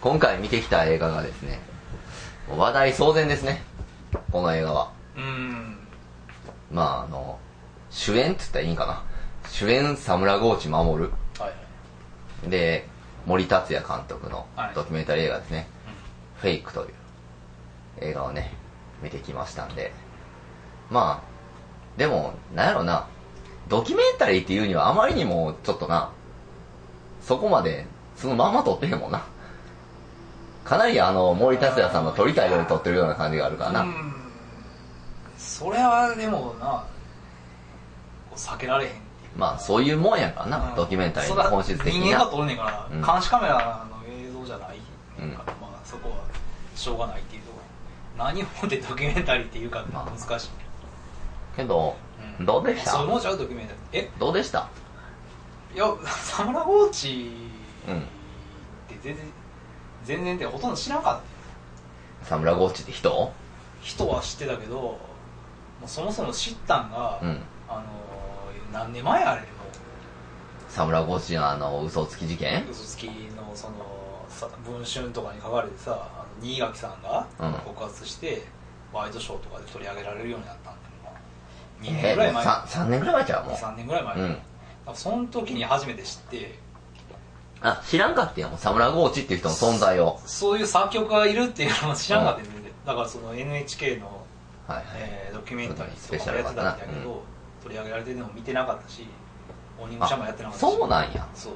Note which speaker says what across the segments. Speaker 1: 今回見てきた映画がですねもう話題騒然ですねこの映画は
Speaker 2: うん
Speaker 1: まああの主演って言ったらいいんかな主演沢村豪地守
Speaker 2: はい
Speaker 1: で森達也監督の
Speaker 2: はい
Speaker 1: ドキュメンタリー映画ですね、フェイクという映画をね見てきましたんでまあでもなんやろなドキュメンタリーっていうにはあまりにもちょっとなそこまでそのまんま撮ってへんもんなかなりあの森達也さんの撮りたいように撮ってるような感じがあるからな、
Speaker 2: うんそれはでもなこう避けられへん
Speaker 1: まあそういうもんやからな、
Speaker 2: うん
Speaker 1: ドキュメンタリーの本質的に
Speaker 2: 人間
Speaker 1: な
Speaker 2: が撮るねんから、
Speaker 1: うん
Speaker 2: 監視カメラの映像じゃないから、
Speaker 1: うん
Speaker 2: まあそこはしょうがないっていうところ何をもってドキュメンタリーっていうか
Speaker 1: まあ
Speaker 2: 難しい、
Speaker 1: けど
Speaker 2: うん
Speaker 1: どうでした
Speaker 2: そういうもんちゃうドキュメンタリーえ
Speaker 1: どうでした
Speaker 2: いやサムラゴーチ
Speaker 1: うん
Speaker 2: って全然全然ってほとんど知らんかった
Speaker 1: 沢村ゴーチって人
Speaker 2: 人は知ってたけどもうそもそも知ったんが、
Speaker 1: うん
Speaker 2: あのー何年前あれも
Speaker 1: 沢村ゴーチのあの嘘つき事件
Speaker 2: う嘘つきのそのさ文春とかに書かれてさあの新垣さんが
Speaker 1: うん
Speaker 2: 告発して、ワイドショーとかで取り上げられるようになったんだけど2年
Speaker 1: え
Speaker 2: ぐらい前
Speaker 1: さ3年ぐらい前ちゃうもう
Speaker 2: 3年ぐらい前、
Speaker 1: うん
Speaker 2: だからその時に初めて知って
Speaker 1: あ知らんかったやんもう沢村ゴーチっていう人の存在を
Speaker 2: そういう作曲家がいるっていうのは知らなかったよね、だからその NHK の
Speaker 1: はいはい、
Speaker 2: えードキュメンタリーとかもやってたんだけど、
Speaker 1: うん
Speaker 2: 取り上げられてるのも見てなかったし鬼武者もやってなかったし
Speaker 1: そうなんや
Speaker 2: そう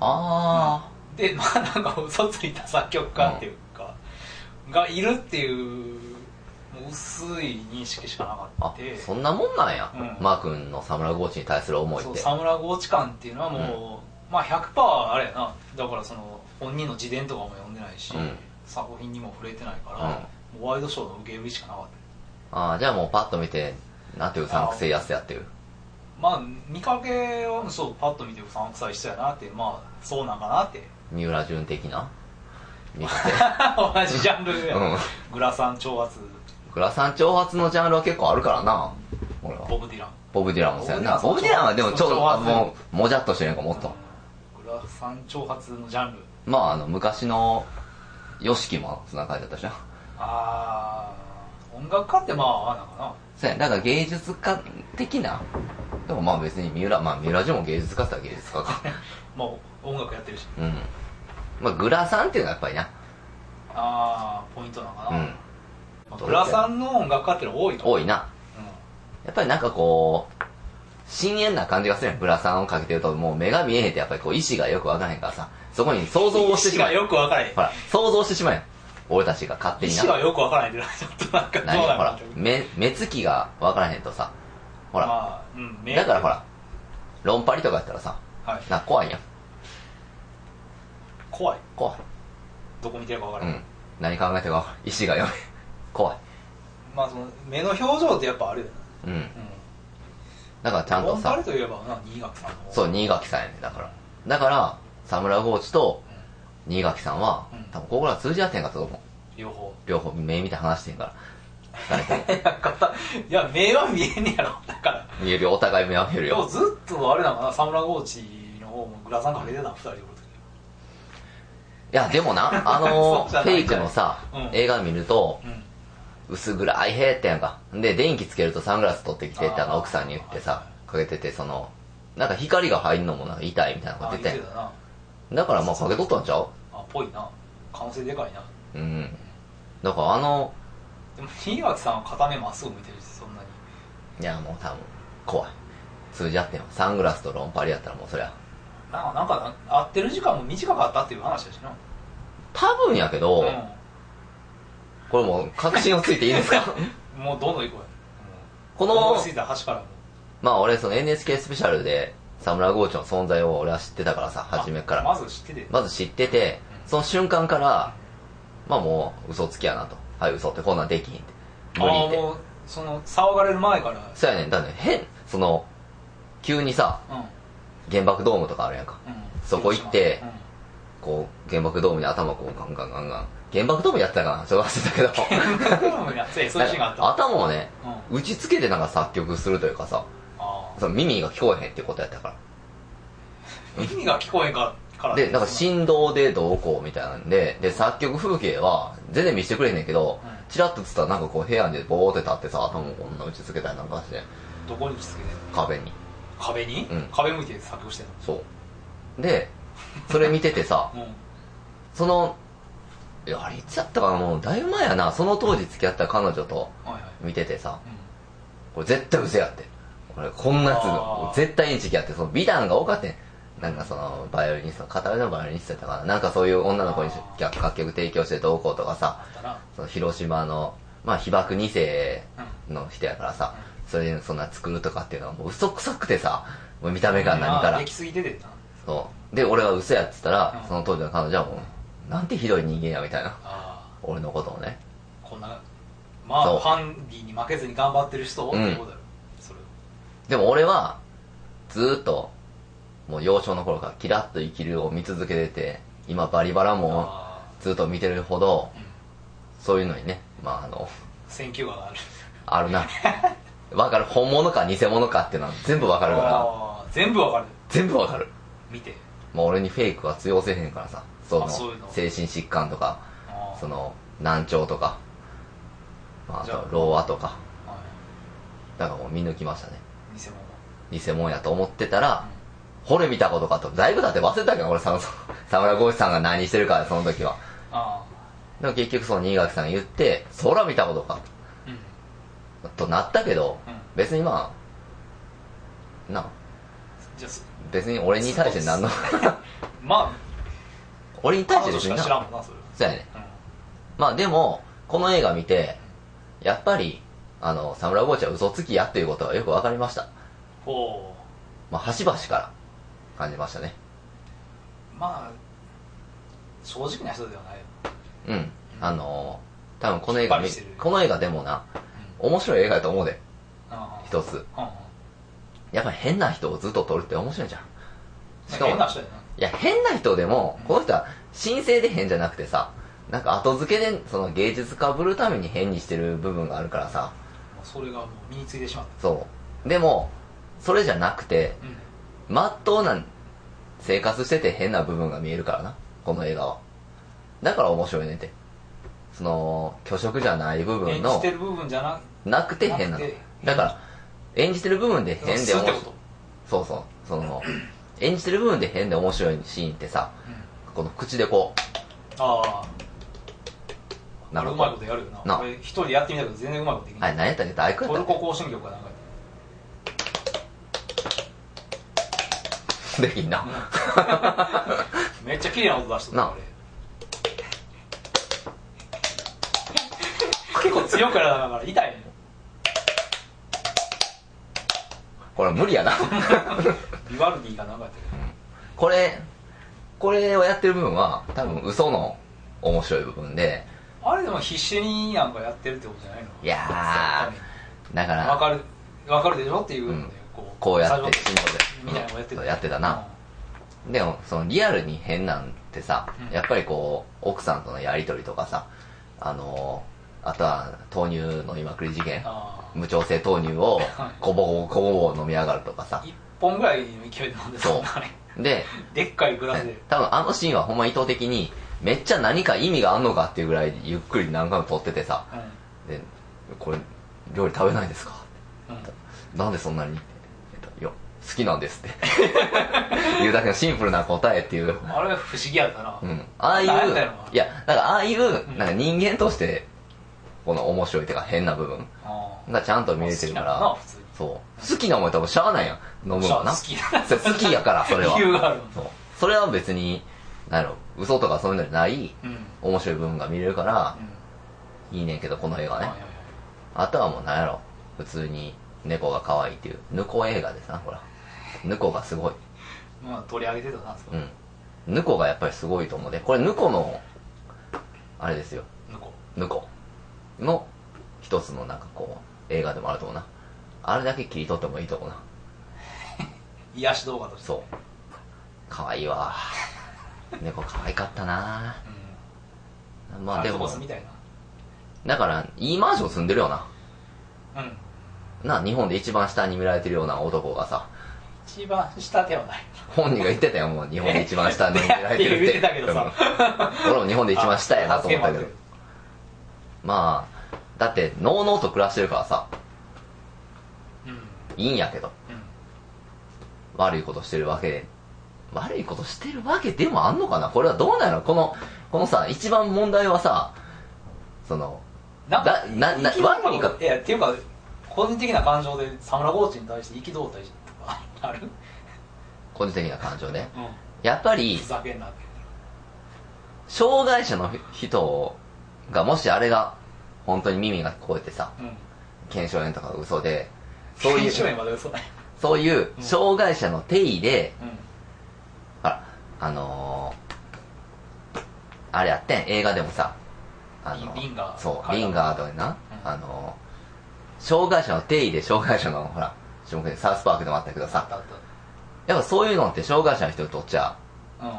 Speaker 1: あ
Speaker 2: でまあなんか嘘ついた作曲家っていうか、がいるっていうもう薄い認識しかな
Speaker 1: あ
Speaker 2: か
Speaker 1: あ
Speaker 2: ったで
Speaker 1: そんなもんなんや、
Speaker 2: うん
Speaker 1: マー君の沢村ゴーチに対する思い
Speaker 2: そ
Speaker 1: っ
Speaker 2: う
Speaker 1: て
Speaker 2: サムラゴーチ感っていうのはもう、まあ100%あれやなだからその本人の自伝とかも読んでないし、
Speaker 1: うん
Speaker 2: 作品にも触れてないから、もうワイドショーの受け売りしかなかった
Speaker 1: あーじゃあもうパッと見てなんていううさんくせえやつやってる
Speaker 2: まあ見かけはそうパッと見てうさんくさい人やなってまあそうなんか なって
Speaker 1: 三浦淳的な見て
Speaker 2: 同じジャンルや、
Speaker 1: うん
Speaker 2: グラサン挑発
Speaker 1: グラサン挑発のジャンルは結構あるからな俺は
Speaker 2: ボブ・ディラン
Speaker 1: ボブ・ディランもそうやなボ
Speaker 2: ボ
Speaker 1: ブ・
Speaker 2: ブ
Speaker 1: デ
Speaker 2: デ
Speaker 1: ィ
Speaker 2: ィ
Speaker 1: ラ
Speaker 2: ラ
Speaker 1: ンは
Speaker 2: ン
Speaker 1: でもちょっ
Speaker 2: そ
Speaker 1: と
Speaker 2: う
Speaker 1: あもうもじゃっとしてるんやんかもっと、
Speaker 2: うんグラサン挑発のジャンル
Speaker 1: まああの昔の YOSHIKI もそんな感じだったしな
Speaker 2: ああ音楽家ってまああなんかな
Speaker 1: そうや、だから芸術家的な。でもまあ別に三浦、まあ三浦淳も芸術家って言ったら芸 術家か。
Speaker 2: まあ音楽やってるし
Speaker 1: うん。まあグラサンっていうのはやっぱりな。
Speaker 2: ああポイントなんか
Speaker 1: う
Speaker 2: な、
Speaker 1: ん。
Speaker 2: まあグラサンの音楽家ってのは多いと思う
Speaker 1: 多いな。
Speaker 2: う
Speaker 1: やっぱりなんかこう、深淵な感じがするやん。グラサンをかけてるともう目が見えへんってやっぱりこう意志がよくわからへんからさ。そこに想像をしてしま
Speaker 2: 意
Speaker 1: う
Speaker 2: 思。がよくわからへん
Speaker 1: ほら、想像してしまうやん。俺たちが勝手
Speaker 2: 意
Speaker 1: に
Speaker 2: 思
Speaker 1: な。
Speaker 2: がよくわからへんってのはちょっとなんかどう
Speaker 1: 何
Speaker 2: な
Speaker 1: や
Speaker 2: ん
Speaker 1: ほ
Speaker 2: からな、
Speaker 1: 目、目つきがわからへんとさ。ほら、
Speaker 2: まあうん目
Speaker 1: だからほら、論パリとかやったらさ、
Speaker 2: はい
Speaker 1: な、怖いやん。
Speaker 2: 怖い
Speaker 1: 怖い。
Speaker 2: どこ見てるかわか
Speaker 1: う
Speaker 2: らへん、
Speaker 1: ん。何考えてるかわからん意志がよい。 怖い。
Speaker 2: まあその目の表情ってやっぱあるよね
Speaker 1: うん。
Speaker 2: う
Speaker 1: だからちゃん
Speaker 2: んロ
Speaker 1: と
Speaker 2: ンパ
Speaker 1: さ
Speaker 2: ル、といえばな新垣さんの
Speaker 1: そう、新垣さんやねだから。だから、沢村コーチと新垣さんは
Speaker 2: うん、
Speaker 1: 多分ここら通じ合ってんかったと思う。
Speaker 2: 両方
Speaker 1: 両方目見て話してんから。二人とも。
Speaker 2: いや片いや目は見えんねやろ だから
Speaker 1: 見えるよ、お互い目は見える
Speaker 2: でも
Speaker 1: よ。
Speaker 2: ずっとあれなのかなサムラゴーチの方もグラサンかけてた2人でおる
Speaker 1: いや、でもな、あの
Speaker 2: そうじゃ
Speaker 1: ー、フ
Speaker 2: ない
Speaker 1: ェイクのさ
Speaker 2: うん、
Speaker 1: 映画見ると、
Speaker 2: 時うん
Speaker 1: 薄暗いへーってやんか。で、電気つけるとサングラス取ってきてってあ
Speaker 2: あ
Speaker 1: の
Speaker 2: ー
Speaker 1: 奥さんに言って
Speaker 2: は
Speaker 1: さ、かけてて、その、なんか光が入るのもなんか痛いみたいなこ
Speaker 2: あ
Speaker 1: と
Speaker 2: 言
Speaker 1: 言
Speaker 2: っ
Speaker 1: っててて。
Speaker 2: たな
Speaker 1: だからまあかけとったんちゃう
Speaker 2: あぽいな可能性でかいな
Speaker 1: うん。だからあの、
Speaker 2: でも新垣さんは片目まっすぐ向いてるしそんなに
Speaker 1: いや、もう多分、怖い。通じ合ってんわサングラスとロンパリやったらもうそりゃ。
Speaker 2: なんかなんか合ってる時間も短かったっていう話だしな
Speaker 1: 多分やけど、これもう確信をついていいです か
Speaker 2: うん もうどんどん行こうよ
Speaker 1: こ
Speaker 2: 思
Speaker 1: の
Speaker 2: い、ついた端からも
Speaker 1: まあ俺その NHK スペシャルで、沢村ゴーチの存在を俺は知ってたからさ、初めから。
Speaker 2: あまず知ってて
Speaker 1: まず知ってて、その瞬間から、まあもう嘘つきやなと。はい、嘘ってこんなんできひんって。無理
Speaker 2: ああ
Speaker 1: って。
Speaker 2: もうその騒がれる前から
Speaker 1: そうやねん。だって変、その、急にさ、
Speaker 2: うん
Speaker 1: 原爆ドームとかあるやんか。
Speaker 2: うん
Speaker 1: そこ行って
Speaker 2: うん
Speaker 1: こう、原爆ドームに頭こうガンガンガンガン。原爆ドームやってたかなちょっと忘れたけど。
Speaker 2: やつや そういうシーンがあった
Speaker 1: なんか頭をね、
Speaker 2: うん
Speaker 1: 打ちつけてなんか作曲するというかさ
Speaker 2: ああ
Speaker 1: その耳が聞こえへんってことやったから
Speaker 2: 耳が聞こえんかから
Speaker 1: で、なんか
Speaker 2: しん
Speaker 1: 振動でどうこうみたいなんで、で、作曲風景は全然見せてくれへんねんけど
Speaker 2: うん、
Speaker 1: チラッと映ったらなんかこう部屋でボーって立ってさ、頭こんな打ちつけたりなんかして、
Speaker 2: どこにつけてんの
Speaker 1: 壁に。
Speaker 2: 壁に、
Speaker 1: うん
Speaker 2: 壁向いて作業してんの
Speaker 1: そう。で、それ見ててさ、
Speaker 2: うん
Speaker 1: その、いや、あれいつやったかな、もうだいぶ前やな、その当時付き合った彼女と
Speaker 2: はいはい、
Speaker 1: 見ててさ、
Speaker 2: う
Speaker 1: これ絶対嘘やって。これこんなや
Speaker 2: あー
Speaker 1: つ、絶対インチキやって、その美談が多かったんなんかその、バイオリニスト、片腕のバイオリニストやったかな。なんかそういう女の子に楽楽曲提供してどうこうとか
Speaker 2: ん、
Speaker 1: さ
Speaker 2: あ、ったな
Speaker 1: その広島の、まあ被爆2世
Speaker 2: う
Speaker 1: の人やからさ、それでそんな作るとかっていうのはもう嘘くさくてさ、もう見た目が何か
Speaker 2: まあ
Speaker 1: ら
Speaker 2: で。きすぎててんな
Speaker 1: そう。で、俺は嘘やってたら
Speaker 2: う、ん
Speaker 1: その当時の彼女はもう、なんてひどい人間やみたいな。
Speaker 2: あ
Speaker 1: 俺のことをね。
Speaker 2: あこんなま
Speaker 1: そう
Speaker 2: あハンディに負けずに頑張ってる人ってことだよ、それ
Speaker 1: でも俺は、ずーっと、もう幼少の頃からキラッと生きるを見続けてて、今バリバラも
Speaker 2: ああ
Speaker 1: ずーっと見てるほど、
Speaker 2: うん
Speaker 1: そういうのにね、まああの、
Speaker 2: 選球眼がある
Speaker 1: ある な。わかる。本物か偽物かっていうのは全部わかるから、
Speaker 2: ああ全部わかる
Speaker 1: 全部わかる。
Speaker 2: 見て
Speaker 1: もう俺にフェイクは通用せえへんからさ、その
Speaker 2: あそういうの、
Speaker 1: 精神疾患とか、
Speaker 2: ああ
Speaker 1: その、難聴とか、まああ
Speaker 2: じゃあ
Speaker 1: と、老和とか、
Speaker 2: は
Speaker 1: だからもう見抜きましたね。
Speaker 2: い偽物
Speaker 1: 偽物やと思ってたら、ほれ見たことかと。だいぶだって忘れたけど、俺、その、 沢村浩一さんが何してるか、その時は。
Speaker 2: あ
Speaker 1: でも結局、その新垣さんが言って、空見たことか、
Speaker 2: あうん
Speaker 1: となったけど、
Speaker 2: うん
Speaker 1: 別にまあ、な、
Speaker 2: じゃあす
Speaker 1: 別に俺に対して何の、
Speaker 2: まあ
Speaker 1: 俺に対し
Speaker 2: 彼
Speaker 1: て別
Speaker 2: 女
Speaker 1: に
Speaker 2: しか
Speaker 1: な。
Speaker 2: 知
Speaker 1: そ
Speaker 2: らんもんなそれ
Speaker 1: う
Speaker 2: は
Speaker 1: やね。
Speaker 2: うん
Speaker 1: まあでも、この映画見て、やっぱり、あの、沢村浩一は嘘つきやっていうことがよくわかりました。
Speaker 2: ほ
Speaker 1: まあ、端々から感じましたね。
Speaker 2: うまあ正直な人ではないよ、
Speaker 1: うん。あのー、多分この映画見
Speaker 2: 引っ張りしてる
Speaker 1: この映画でもな、
Speaker 2: うん
Speaker 1: 面白い映画やと思うで、
Speaker 2: ああ
Speaker 1: 一つ。
Speaker 2: うんうん
Speaker 1: やっぱり変な人をずっと撮るって面白いじゃん。しかも、
Speaker 2: 変
Speaker 1: い
Speaker 2: な人や
Speaker 1: や、
Speaker 2: な
Speaker 1: 変な人でも、この人は申請で変じゃなくてさ、なんか後付けでその芸術家ぶるために変にしてる部分があるからさ、
Speaker 2: もうそれがもう身についてしまっ
Speaker 1: そう。でも、それじゃなくて、
Speaker 2: た、うん、
Speaker 1: まっとうな生活してて変な部分が見えるからな、この映画は。だから面白いねって。その、虚飾じゃない部分
Speaker 2: 演
Speaker 1: の
Speaker 2: じ、てる部分じゃな
Speaker 1: なくて変なの
Speaker 2: なくて。
Speaker 1: だから、演じてる部分で
Speaker 2: く
Speaker 1: 変で
Speaker 2: 吸う
Speaker 1: 面
Speaker 2: っ
Speaker 1: 白
Speaker 2: て
Speaker 1: い
Speaker 2: こ。と、
Speaker 1: そうそう。その、演じてる部分で変で面白いシーンってさ、
Speaker 2: うん、
Speaker 1: この口でこ
Speaker 2: あ
Speaker 1: う、
Speaker 2: あな
Speaker 1: なん
Speaker 2: る
Speaker 1: か
Speaker 2: うまいこ
Speaker 1: こと
Speaker 2: やるよな
Speaker 1: な
Speaker 2: 俺一人でやってみたけど全然うまいことでき
Speaker 1: う、
Speaker 2: な、
Speaker 1: はいい、何やったっけ大工
Speaker 2: ト
Speaker 1: や
Speaker 2: ル
Speaker 1: った
Speaker 2: コ
Speaker 1: っ
Speaker 2: 行進曲が流れて
Speaker 1: けできんな。
Speaker 2: る めっちゃ綺麗な音出してた
Speaker 1: な
Speaker 2: 俺結構強くやらなから痛いね
Speaker 1: これ無理やな。
Speaker 2: ビワルディが流れてる
Speaker 1: これ、これをやってる部分は、多分嘘の面白い部分で、
Speaker 2: あれでも必死になんかやってるってことじゃないの
Speaker 1: いやー、だか
Speaker 2: わ
Speaker 1: ら、
Speaker 2: かるわかるでしょっていうので、
Speaker 1: うん
Speaker 2: こう
Speaker 1: こうやっ
Speaker 2: 作業
Speaker 1: て、振動で
Speaker 2: みたいなのをやって
Speaker 1: そ
Speaker 2: た
Speaker 1: うやってたな。でも、そのリアルに変なんてさ
Speaker 2: う、ん
Speaker 1: やっぱりこう、奥さんとのやりとりとかさ、あのー、あとは、豆乳の今食い事件。
Speaker 2: ああ
Speaker 1: 無調整豆乳を
Speaker 2: はい
Speaker 1: こぼこぼこぼこ飲み上がるとかさ
Speaker 2: 一本ぐらいの勢いで飲んでた
Speaker 1: そ
Speaker 2: も
Speaker 1: うん
Speaker 2: なあれ
Speaker 1: で
Speaker 2: でっかいグラス で
Speaker 1: 多分あのシーンはほんま意図的にめっちゃ何か意味があんのかっていうぐらいゆっくり何回も撮っててさ
Speaker 2: う
Speaker 1: でこれ料理食べないですか
Speaker 2: んうん
Speaker 1: なんでそんなにえっといや好きなんですって 言うだけのシンプルな答えっていう、
Speaker 2: あれは不思議やったな、
Speaker 1: うん、ああいう
Speaker 2: なんだよない
Speaker 1: やだからああいうなんか人間としてこの面白いっていうか変な部分
Speaker 2: あ
Speaker 1: がちゃんと見れてるか
Speaker 2: 好きなの
Speaker 1: ら
Speaker 2: かな普通に
Speaker 1: そう好きな思い多分しゃあないやん飲むのはな
Speaker 2: 好きだ
Speaker 1: そう好きやからそれ は
Speaker 2: 理由がある
Speaker 1: そうそれは別に何やろ嘘とかそういうのじゃない
Speaker 2: うん、うん
Speaker 1: 面白い部分が見れるからいいねんけどこの映画
Speaker 2: はい
Speaker 1: ね
Speaker 2: はいはい
Speaker 1: あとはもう何やろ普通に猫が可愛いっていうぬこ映画ですなほらぬこがすごい
Speaker 2: まあ取り上げてたなそこ、
Speaker 1: うんぬこがやっぱりすごいと思うでこれぬこのあれですよ
Speaker 2: 向こ
Speaker 1: ぬこの一つのなんかこう映画でもあると思うなあれだけ切り取ってもいいと思うな
Speaker 2: う癒し動画として
Speaker 1: そう可愛いわ猫可愛かったな
Speaker 2: う、ん、
Speaker 1: まあで
Speaker 2: アルト
Speaker 1: も
Speaker 2: コスみたい
Speaker 1: だから、いいマンション住んでるよな。
Speaker 2: なうん
Speaker 1: な、日本で一番下に見られてるような男がさ、
Speaker 2: 一番下ではない
Speaker 1: 本人が言ってたよもう日本で一番下に狙
Speaker 2: 狙
Speaker 1: えてるって
Speaker 2: 言ってたけどさ
Speaker 1: うん俺も日本で一番下やなと思ったけ
Speaker 2: あ
Speaker 1: ど
Speaker 2: 助け
Speaker 1: まあだってノーノーと暮らしてるからさ
Speaker 2: うんうん
Speaker 1: いいんやけど悪いことしてるわけで悪いことしてるわけでもあんのかなこれはどうなのこのこのさ一番問題はさその
Speaker 2: なんか
Speaker 1: なな
Speaker 2: 憤
Speaker 1: 悪いか
Speaker 2: いやっていうか個人的な感情でサムラコーチに対して憤ったりとかある
Speaker 1: 個人的な感情ね
Speaker 2: う
Speaker 1: やっぱ
Speaker 2: ん
Speaker 1: り
Speaker 2: ふざけんなって
Speaker 1: 障害者の人がもしあれが本当に耳が聞こえてさ
Speaker 2: うん
Speaker 1: 腱鞘炎とか嘘でそうい
Speaker 2: 研
Speaker 1: う
Speaker 2: 修員まで嘘ない
Speaker 1: そういう
Speaker 2: うん
Speaker 1: 障害者の定義で、
Speaker 2: うん
Speaker 1: ほらあのー、あれやってん映画でもさあの
Speaker 2: リリンガー
Speaker 1: そうリンガーとかにな、
Speaker 2: うん
Speaker 1: あのー、障害者の定義で障害者のほら種目でサウスパークでもあったけど
Speaker 2: あっ
Speaker 1: さ
Speaker 2: たあっ
Speaker 1: やっぱそういうのって障害者の人にとっちゃ
Speaker 2: たうん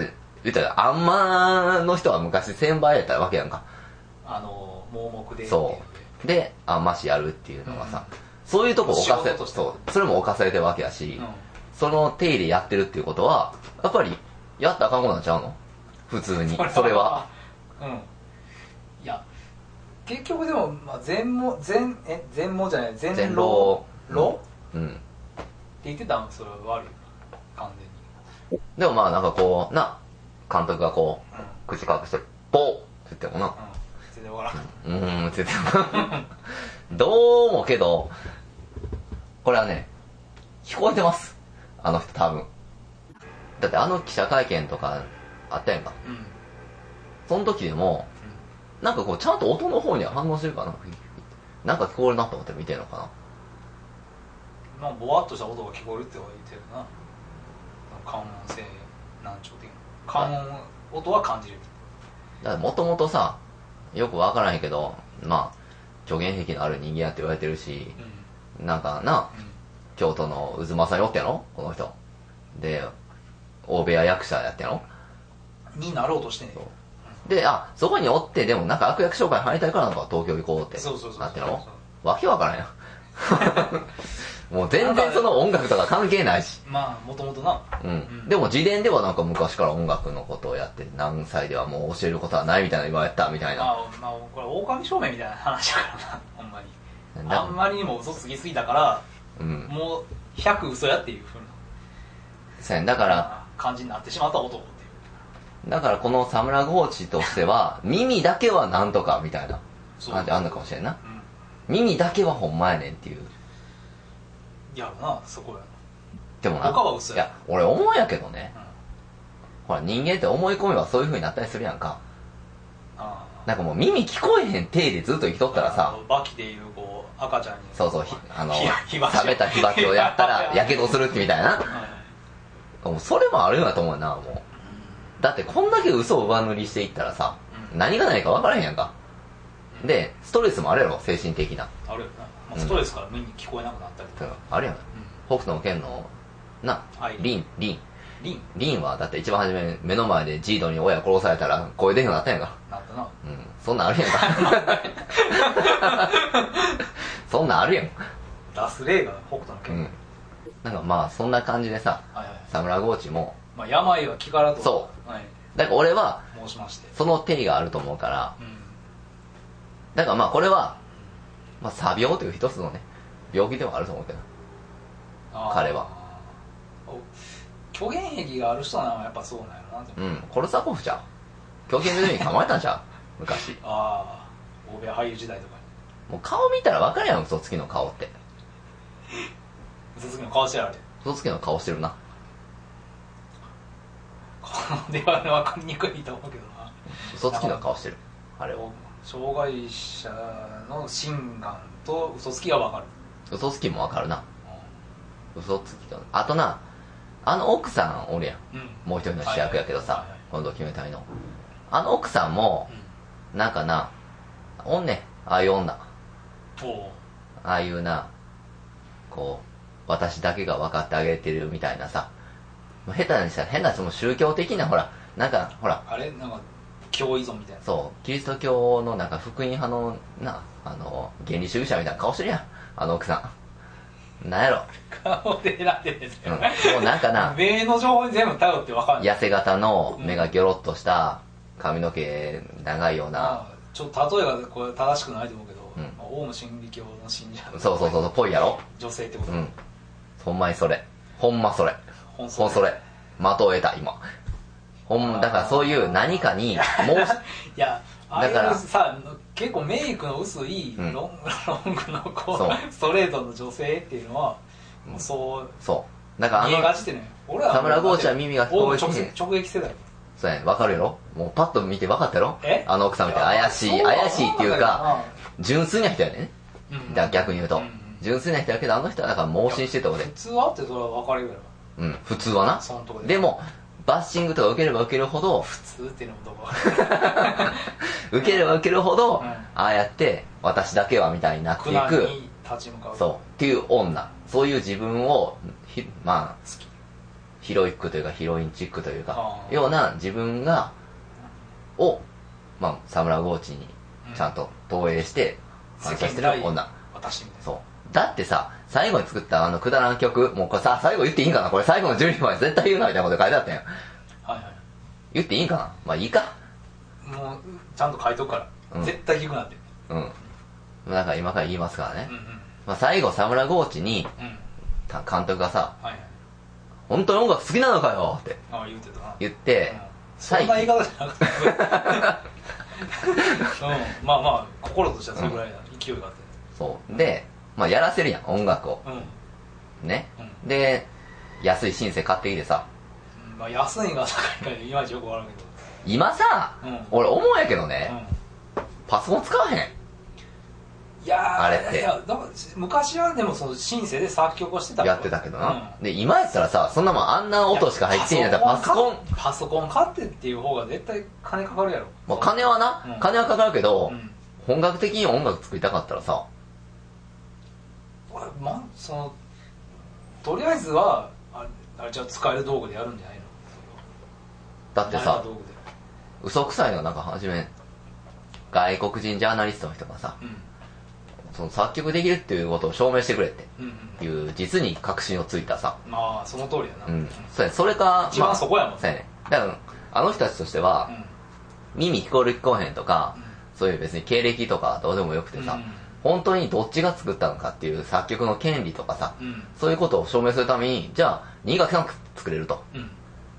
Speaker 1: だって言ったらあんまの人は昔1000倍やったわけやんか
Speaker 2: あの盲目で
Speaker 1: そ
Speaker 2: っていう
Speaker 1: であましやるっていうのがさ、そういうとこ犯
Speaker 2: 仕
Speaker 1: せ
Speaker 2: 事として
Speaker 1: そうそれも犯されてるわけやし、
Speaker 2: うでうん
Speaker 1: その手入れやってるっていうことはやっぱりやったらあかんことなんちゃうの普通にそれは
Speaker 2: うんいや結局でも、まあ、全盲全え全盲じゃない全
Speaker 1: 全
Speaker 2: 老
Speaker 1: 老
Speaker 2: 老って
Speaker 1: うん
Speaker 2: 言ってたのそれは悪い完全に
Speaker 1: でもまあなんかこうな監督がこ
Speaker 2: うんうん
Speaker 1: う口隠してポーって言ってもな
Speaker 2: 全然わからん
Speaker 1: うーんって言って もどうもけどこれはね聞こえてますあの人多分だってあの記者会見とかあったやんか
Speaker 2: うんうん
Speaker 1: その時でもなんかこうちゃんと音の方には反応してるかななんか聞こえるなと思って見てるのかな
Speaker 2: まあぼわっとした音が聞こえるっては言ってるな関音性難聴的な関音音は感じる
Speaker 1: だからもともとさよくわからんけどまあ虚言癖のある人間やって言われてるし
Speaker 2: うんうん
Speaker 1: なんかな京都の渦政におってやろこの人で大部屋役者やってやろ
Speaker 2: になろうとしてんねん
Speaker 1: そうであそこにおってでもなんか悪役商会入りたいからなんか東京行こうって
Speaker 2: そうそうそう
Speaker 1: なってや
Speaker 2: そう
Speaker 1: ろ
Speaker 2: そう
Speaker 1: わけわからんやん もう全然その音楽とか関係ないし
Speaker 2: まあもともとな
Speaker 1: うん、
Speaker 2: ん
Speaker 1: でも自伝ではなんか昔から音楽のことをやって何歳ではもう教えることはないみたいな言われたみたいな
Speaker 2: まあ、まあ、これ狼少年みたいな話だからなほんまに
Speaker 1: なんだ
Speaker 2: あんまりにも嘘つきすぎたから、
Speaker 1: うん
Speaker 2: もう100嘘やっていうふう
Speaker 1: そうやんだから
Speaker 2: な感じになってしまった男っていう
Speaker 1: だからこのサムラゴーチとしては、耳だけはなんとかみたいな感じあんのかもしれんな。
Speaker 2: うん
Speaker 1: 耳だけはほんまやねんっていう。
Speaker 2: いやなそこや
Speaker 1: でもな。
Speaker 2: 他は嘘
Speaker 1: い
Speaker 2: や
Speaker 1: や、俺思うんやけどね。
Speaker 2: な、うん、
Speaker 1: ほら人間って思い込みはそういう風になったりするやんか。
Speaker 2: ああ
Speaker 1: なんかもう耳聞こえへん手でずっと生きとったらさ
Speaker 2: あ、のバキでいうこう赤ちゃんに
Speaker 1: そうそう、ひあの、
Speaker 2: ひひばち
Speaker 1: 冷めた火鉢をやった ら、やけどするってみたいな。
Speaker 2: う
Speaker 1: もうそれもあるようなと思うな、もう。だってこんだけ嘘を上塗りしていったらさ、
Speaker 2: うん
Speaker 1: 何が何か分からへんやんか。
Speaker 2: ん
Speaker 1: で、ストレスもあるやろ、精神的な。
Speaker 2: んあるよな、
Speaker 1: う
Speaker 2: まあ、
Speaker 1: ん
Speaker 2: ストレスから目に聞こえなくなったりとか、
Speaker 1: あるやん。
Speaker 2: う
Speaker 1: 北斗の剣の、な、
Speaker 2: はい
Speaker 1: リン、リン。
Speaker 2: ん、リン
Speaker 1: リンはだって一番初め目の前でジードに親殺されたら声出へんようになったんやんか。
Speaker 2: なったな
Speaker 1: うん。そんなんあるやん か。そんなんあるやん。
Speaker 2: ラスレーが北斗の
Speaker 1: う
Speaker 2: 剣、
Speaker 1: ん。なんかまあそんな感じでさ、
Speaker 2: はいはい
Speaker 1: サムラゴーチも、
Speaker 2: まあ、病は気からと
Speaker 1: そ
Speaker 2: はい、
Speaker 1: だから俺は
Speaker 2: 申しまして
Speaker 1: その定義があると思うから、
Speaker 2: うん
Speaker 1: だからまあこれは、まあ詐病という一つのね、病気ではあると思うけど。
Speaker 2: あー
Speaker 1: 彼は
Speaker 2: お虚言癖がある人ならやっぱそうなんやろなでも
Speaker 1: うん。コルサコフちゃう。狂犬のように構えたんちゃう昔。
Speaker 2: ああ欧米俳優時代とかに
Speaker 1: もう顔見たらわかるやん、嘘つきの顔って。
Speaker 2: 嘘つきの顔してやら れ
Speaker 1: 嘘つきの顔してるな。
Speaker 2: 顔では分かりにくいと思うけどな
Speaker 1: 嘘つきの顔してる。あれを。
Speaker 2: 障害者の心眼と嘘つきが分かる、
Speaker 1: 嘘つきもわかるな。嘘つきと。あとな、あの奥さんおるやん。
Speaker 2: うん、
Speaker 1: もう一人の主役やけどさ、
Speaker 2: はいはい
Speaker 1: このドキュメンタリーの。あの奥さんも、なんかな、おんねん。ああいう女。
Speaker 2: うんおう
Speaker 1: ああいうな、こう、私だけが分かってあげてるみたいなさ。もう下手にしたら変な、その宗教的な、ほら、なんか、ほら、
Speaker 2: あれなんか教依存みたいな
Speaker 1: そう、キリスト教のなんか福音派の、な、あの、原理主義者みたいな顔してるやん。あの奥さん。なんやろ、
Speaker 2: 顔で選んでるんです
Speaker 1: うん、
Speaker 2: よ、
Speaker 1: もうなんか な
Speaker 2: 米の情報に全部頼って分かんない
Speaker 1: 痩せ型の目がギョロッとした髪の毛長いような、
Speaker 2: まあちょっと例えがこれ正しくないと思うけど、
Speaker 1: うん
Speaker 2: まあ、オウム真理教の信者の
Speaker 1: そうそうそうそうぽいやろ
Speaker 2: 女性ってこと
Speaker 1: う
Speaker 2: で、
Speaker 1: んほんまにそれほんまそれ
Speaker 2: 本
Speaker 1: ほんそれ的を得た今ほんだからそういう何かにもう
Speaker 2: いやああい
Speaker 1: だか
Speaker 2: う
Speaker 1: ら
Speaker 2: さ結構メイクの薄い
Speaker 1: う
Speaker 2: ロン,、
Speaker 1: ん
Speaker 2: ロングのこ
Speaker 1: そう
Speaker 2: うストレートの女性っていうのはもうそう
Speaker 1: そうだからあ
Speaker 2: 見えが
Speaker 1: の
Speaker 2: ちでね俺らは
Speaker 1: 田村郷ちゃん耳が聞こえて
Speaker 2: お直接直撃世代
Speaker 1: そうやねわかるやろもうパッと見て分かったやろ
Speaker 2: え
Speaker 1: あの奥さんみたいな怪し
Speaker 2: そ
Speaker 1: いう怪しいっていうか純粋な人やね
Speaker 2: うんうん
Speaker 1: だから逆に言うと、
Speaker 2: んん
Speaker 1: 純粋な人やけどあの人はだから盲信してた俺
Speaker 2: 普通はってそれは分かるよ
Speaker 1: うん普通はな
Speaker 2: そのとこで
Speaker 1: でもバッシングとか受ければ受けるほど
Speaker 2: 普通っていうのもどうか
Speaker 1: 受ければ受けるほど、
Speaker 2: うん
Speaker 1: ああやって私だけはみたいになって
Speaker 2: 苦
Speaker 1: い
Speaker 2: 難
Speaker 1: く
Speaker 2: に立ち向かう
Speaker 1: そうっていう女そういう自分をひまあ
Speaker 2: 好き
Speaker 1: ヒロイックというかヒロインチックというか
Speaker 2: あー
Speaker 1: ような自分がを、まあ、サムラゴーチにちゃんと投影して反射してる
Speaker 2: 世間
Speaker 1: 女
Speaker 2: 体私みたいな
Speaker 1: そうだってさ最後に作ったあのくだらん曲もうこれさ最後言っていいんかなこれ最後の12番に絶対言うなみたいなこと書いてあったやん
Speaker 2: はいはい
Speaker 1: 言っていいんかなまあいいか
Speaker 2: もうちゃんと書いとくか
Speaker 1: う
Speaker 2: ら
Speaker 1: ん
Speaker 2: 絶対聞くなって
Speaker 1: うんだから今から言いますからね
Speaker 2: うん、うん
Speaker 1: まあ、最後サムラゴーチに
Speaker 2: うん
Speaker 1: た監督がさ
Speaker 2: はいはい
Speaker 1: 「本当に音楽好きなのかよ!」って
Speaker 2: ああ言うてたな
Speaker 1: 言って
Speaker 2: うんそんな言い方じゃなくて うんまあまあ心としてはそれぐらいの勢いがあって
Speaker 1: そうで、まあ、やらせるやん音楽を
Speaker 2: うんうん
Speaker 1: ねで安いシンセ買ってきてさ
Speaker 2: うんまあ安いが高いからいまいちよくわからんけど
Speaker 1: 今さ、
Speaker 2: うん
Speaker 1: 俺思うんやけどね、パソコン使わへん
Speaker 2: いやー
Speaker 1: あれって
Speaker 2: いやなんか昔はでもそのシンセで作曲をしてた
Speaker 1: やってたけどな、で今やったらさそんなもんあんな
Speaker 2: うん
Speaker 1: 音しか入ってんやったらパソコン
Speaker 2: パソコン買ってっていう方が絶対金かかるやろ
Speaker 1: まあ、金はな、
Speaker 2: うん
Speaker 1: 金はかかるけど、
Speaker 2: うん
Speaker 1: 本格的に音楽作りたかったらさ
Speaker 2: まあそのとりあえずはあれあれじゃあ使える道具でやるんじゃないの
Speaker 1: だって
Speaker 2: 慣れた
Speaker 1: さ
Speaker 2: 道具で
Speaker 1: 嘘くさいのなんか初め外国人ジャーナリストの人がさ
Speaker 2: う
Speaker 1: その作曲できるっていうことを証明してくれっ
Speaker 2: んうん
Speaker 1: ていう実に確信をついたさ
Speaker 2: うんまあその通りや
Speaker 1: う
Speaker 2: なうん
Speaker 1: んそうやそれか
Speaker 2: 一番そこやもん
Speaker 1: そうやねだからあの人たちとしては、耳聞こえる聞こえへんとか、そういう別に経歴とかどうでもよくてさ、
Speaker 2: うん
Speaker 1: 本当にどっちが作ったのかっていう作曲の権利とかさ、
Speaker 2: うんうん
Speaker 1: そういうことを証明するためにじゃあ新垣さん作れると
Speaker 2: うん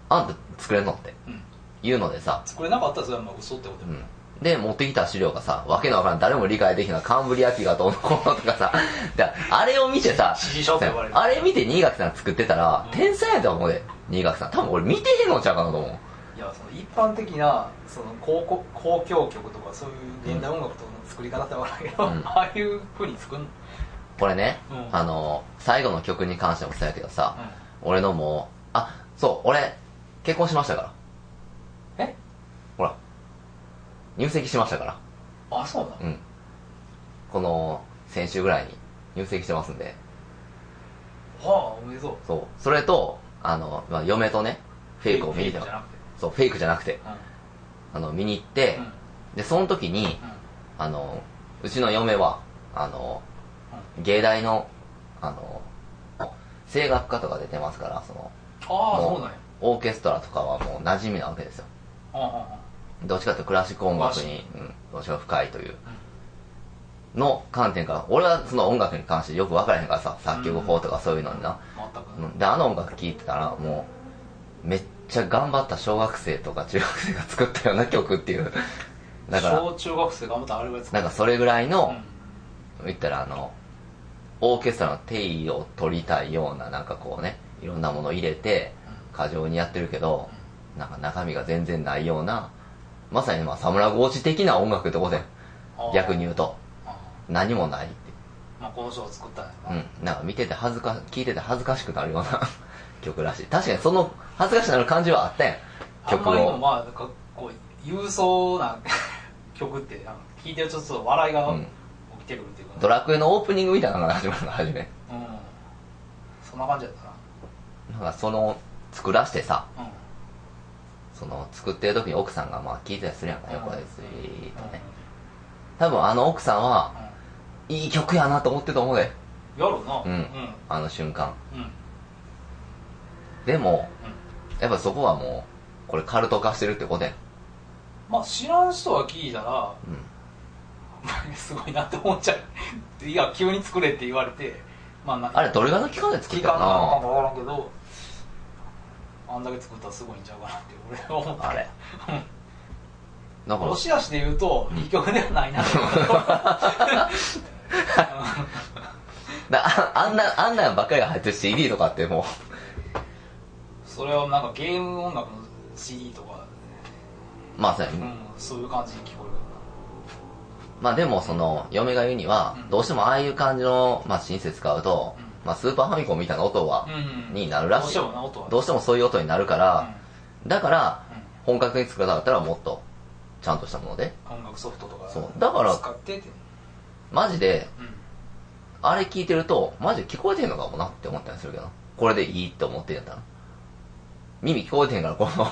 Speaker 1: あんた作れんのって
Speaker 2: うん
Speaker 1: いうのでさ、
Speaker 2: 作れなかったらそれはまあ嘘ってこと
Speaker 1: う
Speaker 2: や
Speaker 1: ん、で持ってきた資料がさわけのわからん誰も理解できないカンブリア紀がどうのこうのとかさ であれを見てさ
Speaker 2: 指示書って呼ばれる
Speaker 1: あれ見て新垣さん作ってたら
Speaker 2: うん
Speaker 1: 天才やと思うで新垣さん多分俺見てへんのちゃうかなと思う
Speaker 2: いやその一般的なその公共交響曲とかそういう現代音楽とかの作り方ってわからんけど、
Speaker 1: うん
Speaker 2: ああいうふうに作るの、
Speaker 1: これね、
Speaker 2: うん
Speaker 1: あの最後の曲に関してもそうやけどさ、
Speaker 2: う
Speaker 1: 俺のもうあそう俺結婚しましたから
Speaker 2: ん、え
Speaker 1: ほら入籍しましたから
Speaker 2: あそうなの、
Speaker 1: うんこの先週ぐらいに入籍してますんで
Speaker 2: はあおめでとう
Speaker 1: そうそれとあの、まあ、嫁とねフェイクを見に行っ
Speaker 2: フェイクじゃな
Speaker 1: た
Speaker 2: くて
Speaker 1: そうフェイクじゃなくてあの見に行って
Speaker 2: うん、うん
Speaker 1: でその時にあのうちの嫁はあの芸大のあの声楽科とか出てますからその
Speaker 2: ああ
Speaker 1: も
Speaker 2: そうなんや
Speaker 1: オーケストラとかはもう馴染みなわけですよ
Speaker 2: ああ
Speaker 1: どっちかというとクラシック音楽に、うん、どっちか深いというの観点から俺はその音楽に関してよく分からへんからさ作曲法とかそういうのにな、
Speaker 2: あ全く、
Speaker 1: うんであの音楽聴いてたらもうめっちゃ頑張った小学生とか中学生が作ったような曲って いうだから
Speaker 2: 小中学生頑張ったらあれぐらい作
Speaker 1: なん
Speaker 2: る
Speaker 1: かそれぐらいの、
Speaker 2: うん
Speaker 1: 言ったらあのオーケストラの定位を取りたいようななんかこうねいろんなものを入れて過剰にやってるけどなんか中身が全然ないようなまさにまあサムラゴーチ的な音楽ってことやん
Speaker 2: ああ
Speaker 1: 逆に言うと
Speaker 2: ああ
Speaker 1: 何もないって
Speaker 2: まあこの人が作ったんやな、
Speaker 1: うんなんか見てて恥ずか聞いてて恥ずかしくなるような 曲らしい確かにその恥ずかしくなる感じはあったやん
Speaker 2: あん
Speaker 1: 曲
Speaker 2: まりも
Speaker 1: を
Speaker 2: まあなんかこう郵送な曲ってなんか聴いてるとちょっと笑いが
Speaker 1: うん
Speaker 2: 起きてくるっていうか、
Speaker 1: ドラクエのオープニングみたいなのが始まるの初め
Speaker 2: うんそんな感じやったな
Speaker 1: なんかその作らしてさ
Speaker 2: うん
Speaker 1: その作ってる時に奥さんがまあ聞いてたりするやんか横でスイーッとね
Speaker 2: う
Speaker 1: 多分あの奥さんは
Speaker 2: んうん
Speaker 1: いい曲やなと思ってると思うで
Speaker 2: やろな
Speaker 1: うんあの瞬間
Speaker 2: うんうん
Speaker 1: でもやっぱそこはもうこれカルト化してるってことや
Speaker 2: まあ知らん人は聞いたら
Speaker 1: うん
Speaker 2: お前すごいなって思っちゃういや急に作れって言われてまあなんか
Speaker 1: あれどれぐらいの期間で作
Speaker 2: 期
Speaker 1: った
Speaker 2: 間
Speaker 1: か
Speaker 2: なのか
Speaker 1: な
Speaker 2: もわからんけどあんだけ作ったらすごいんちゃうかなって俺は思った
Speaker 1: あれだから
Speaker 2: ロシア史で言うといい曲ではな いなって思った
Speaker 1: だ ああんなあんなんばっかりが入ってる CD とかっても
Speaker 2: それはなんかゲーム音楽の CD とか、
Speaker 1: うまあそうや
Speaker 2: うん
Speaker 1: ね
Speaker 2: そういう感じに聞こ
Speaker 1: まあでもその嫁が言うには
Speaker 2: うん
Speaker 1: どうしてもああいう感じの、まあ、シンセ使うと、まあ、スーパーファミコンみたいな音は
Speaker 2: えるよな、うん、
Speaker 1: になるらしい
Speaker 2: どうしてもな音は
Speaker 1: どうしてもそういう音になるから、だから
Speaker 2: う
Speaker 1: 本格的に作る方だったらもっとちゃんとしたもので
Speaker 2: ん、音楽ソフトとか
Speaker 1: そうだから
Speaker 2: 使ってて、
Speaker 1: マジで
Speaker 2: うん、
Speaker 1: あれ聞いてるとマジで聞こえてんのかもなって思ったりするけどなこれでいいって思ってんやったら耳聞こえてへんからこの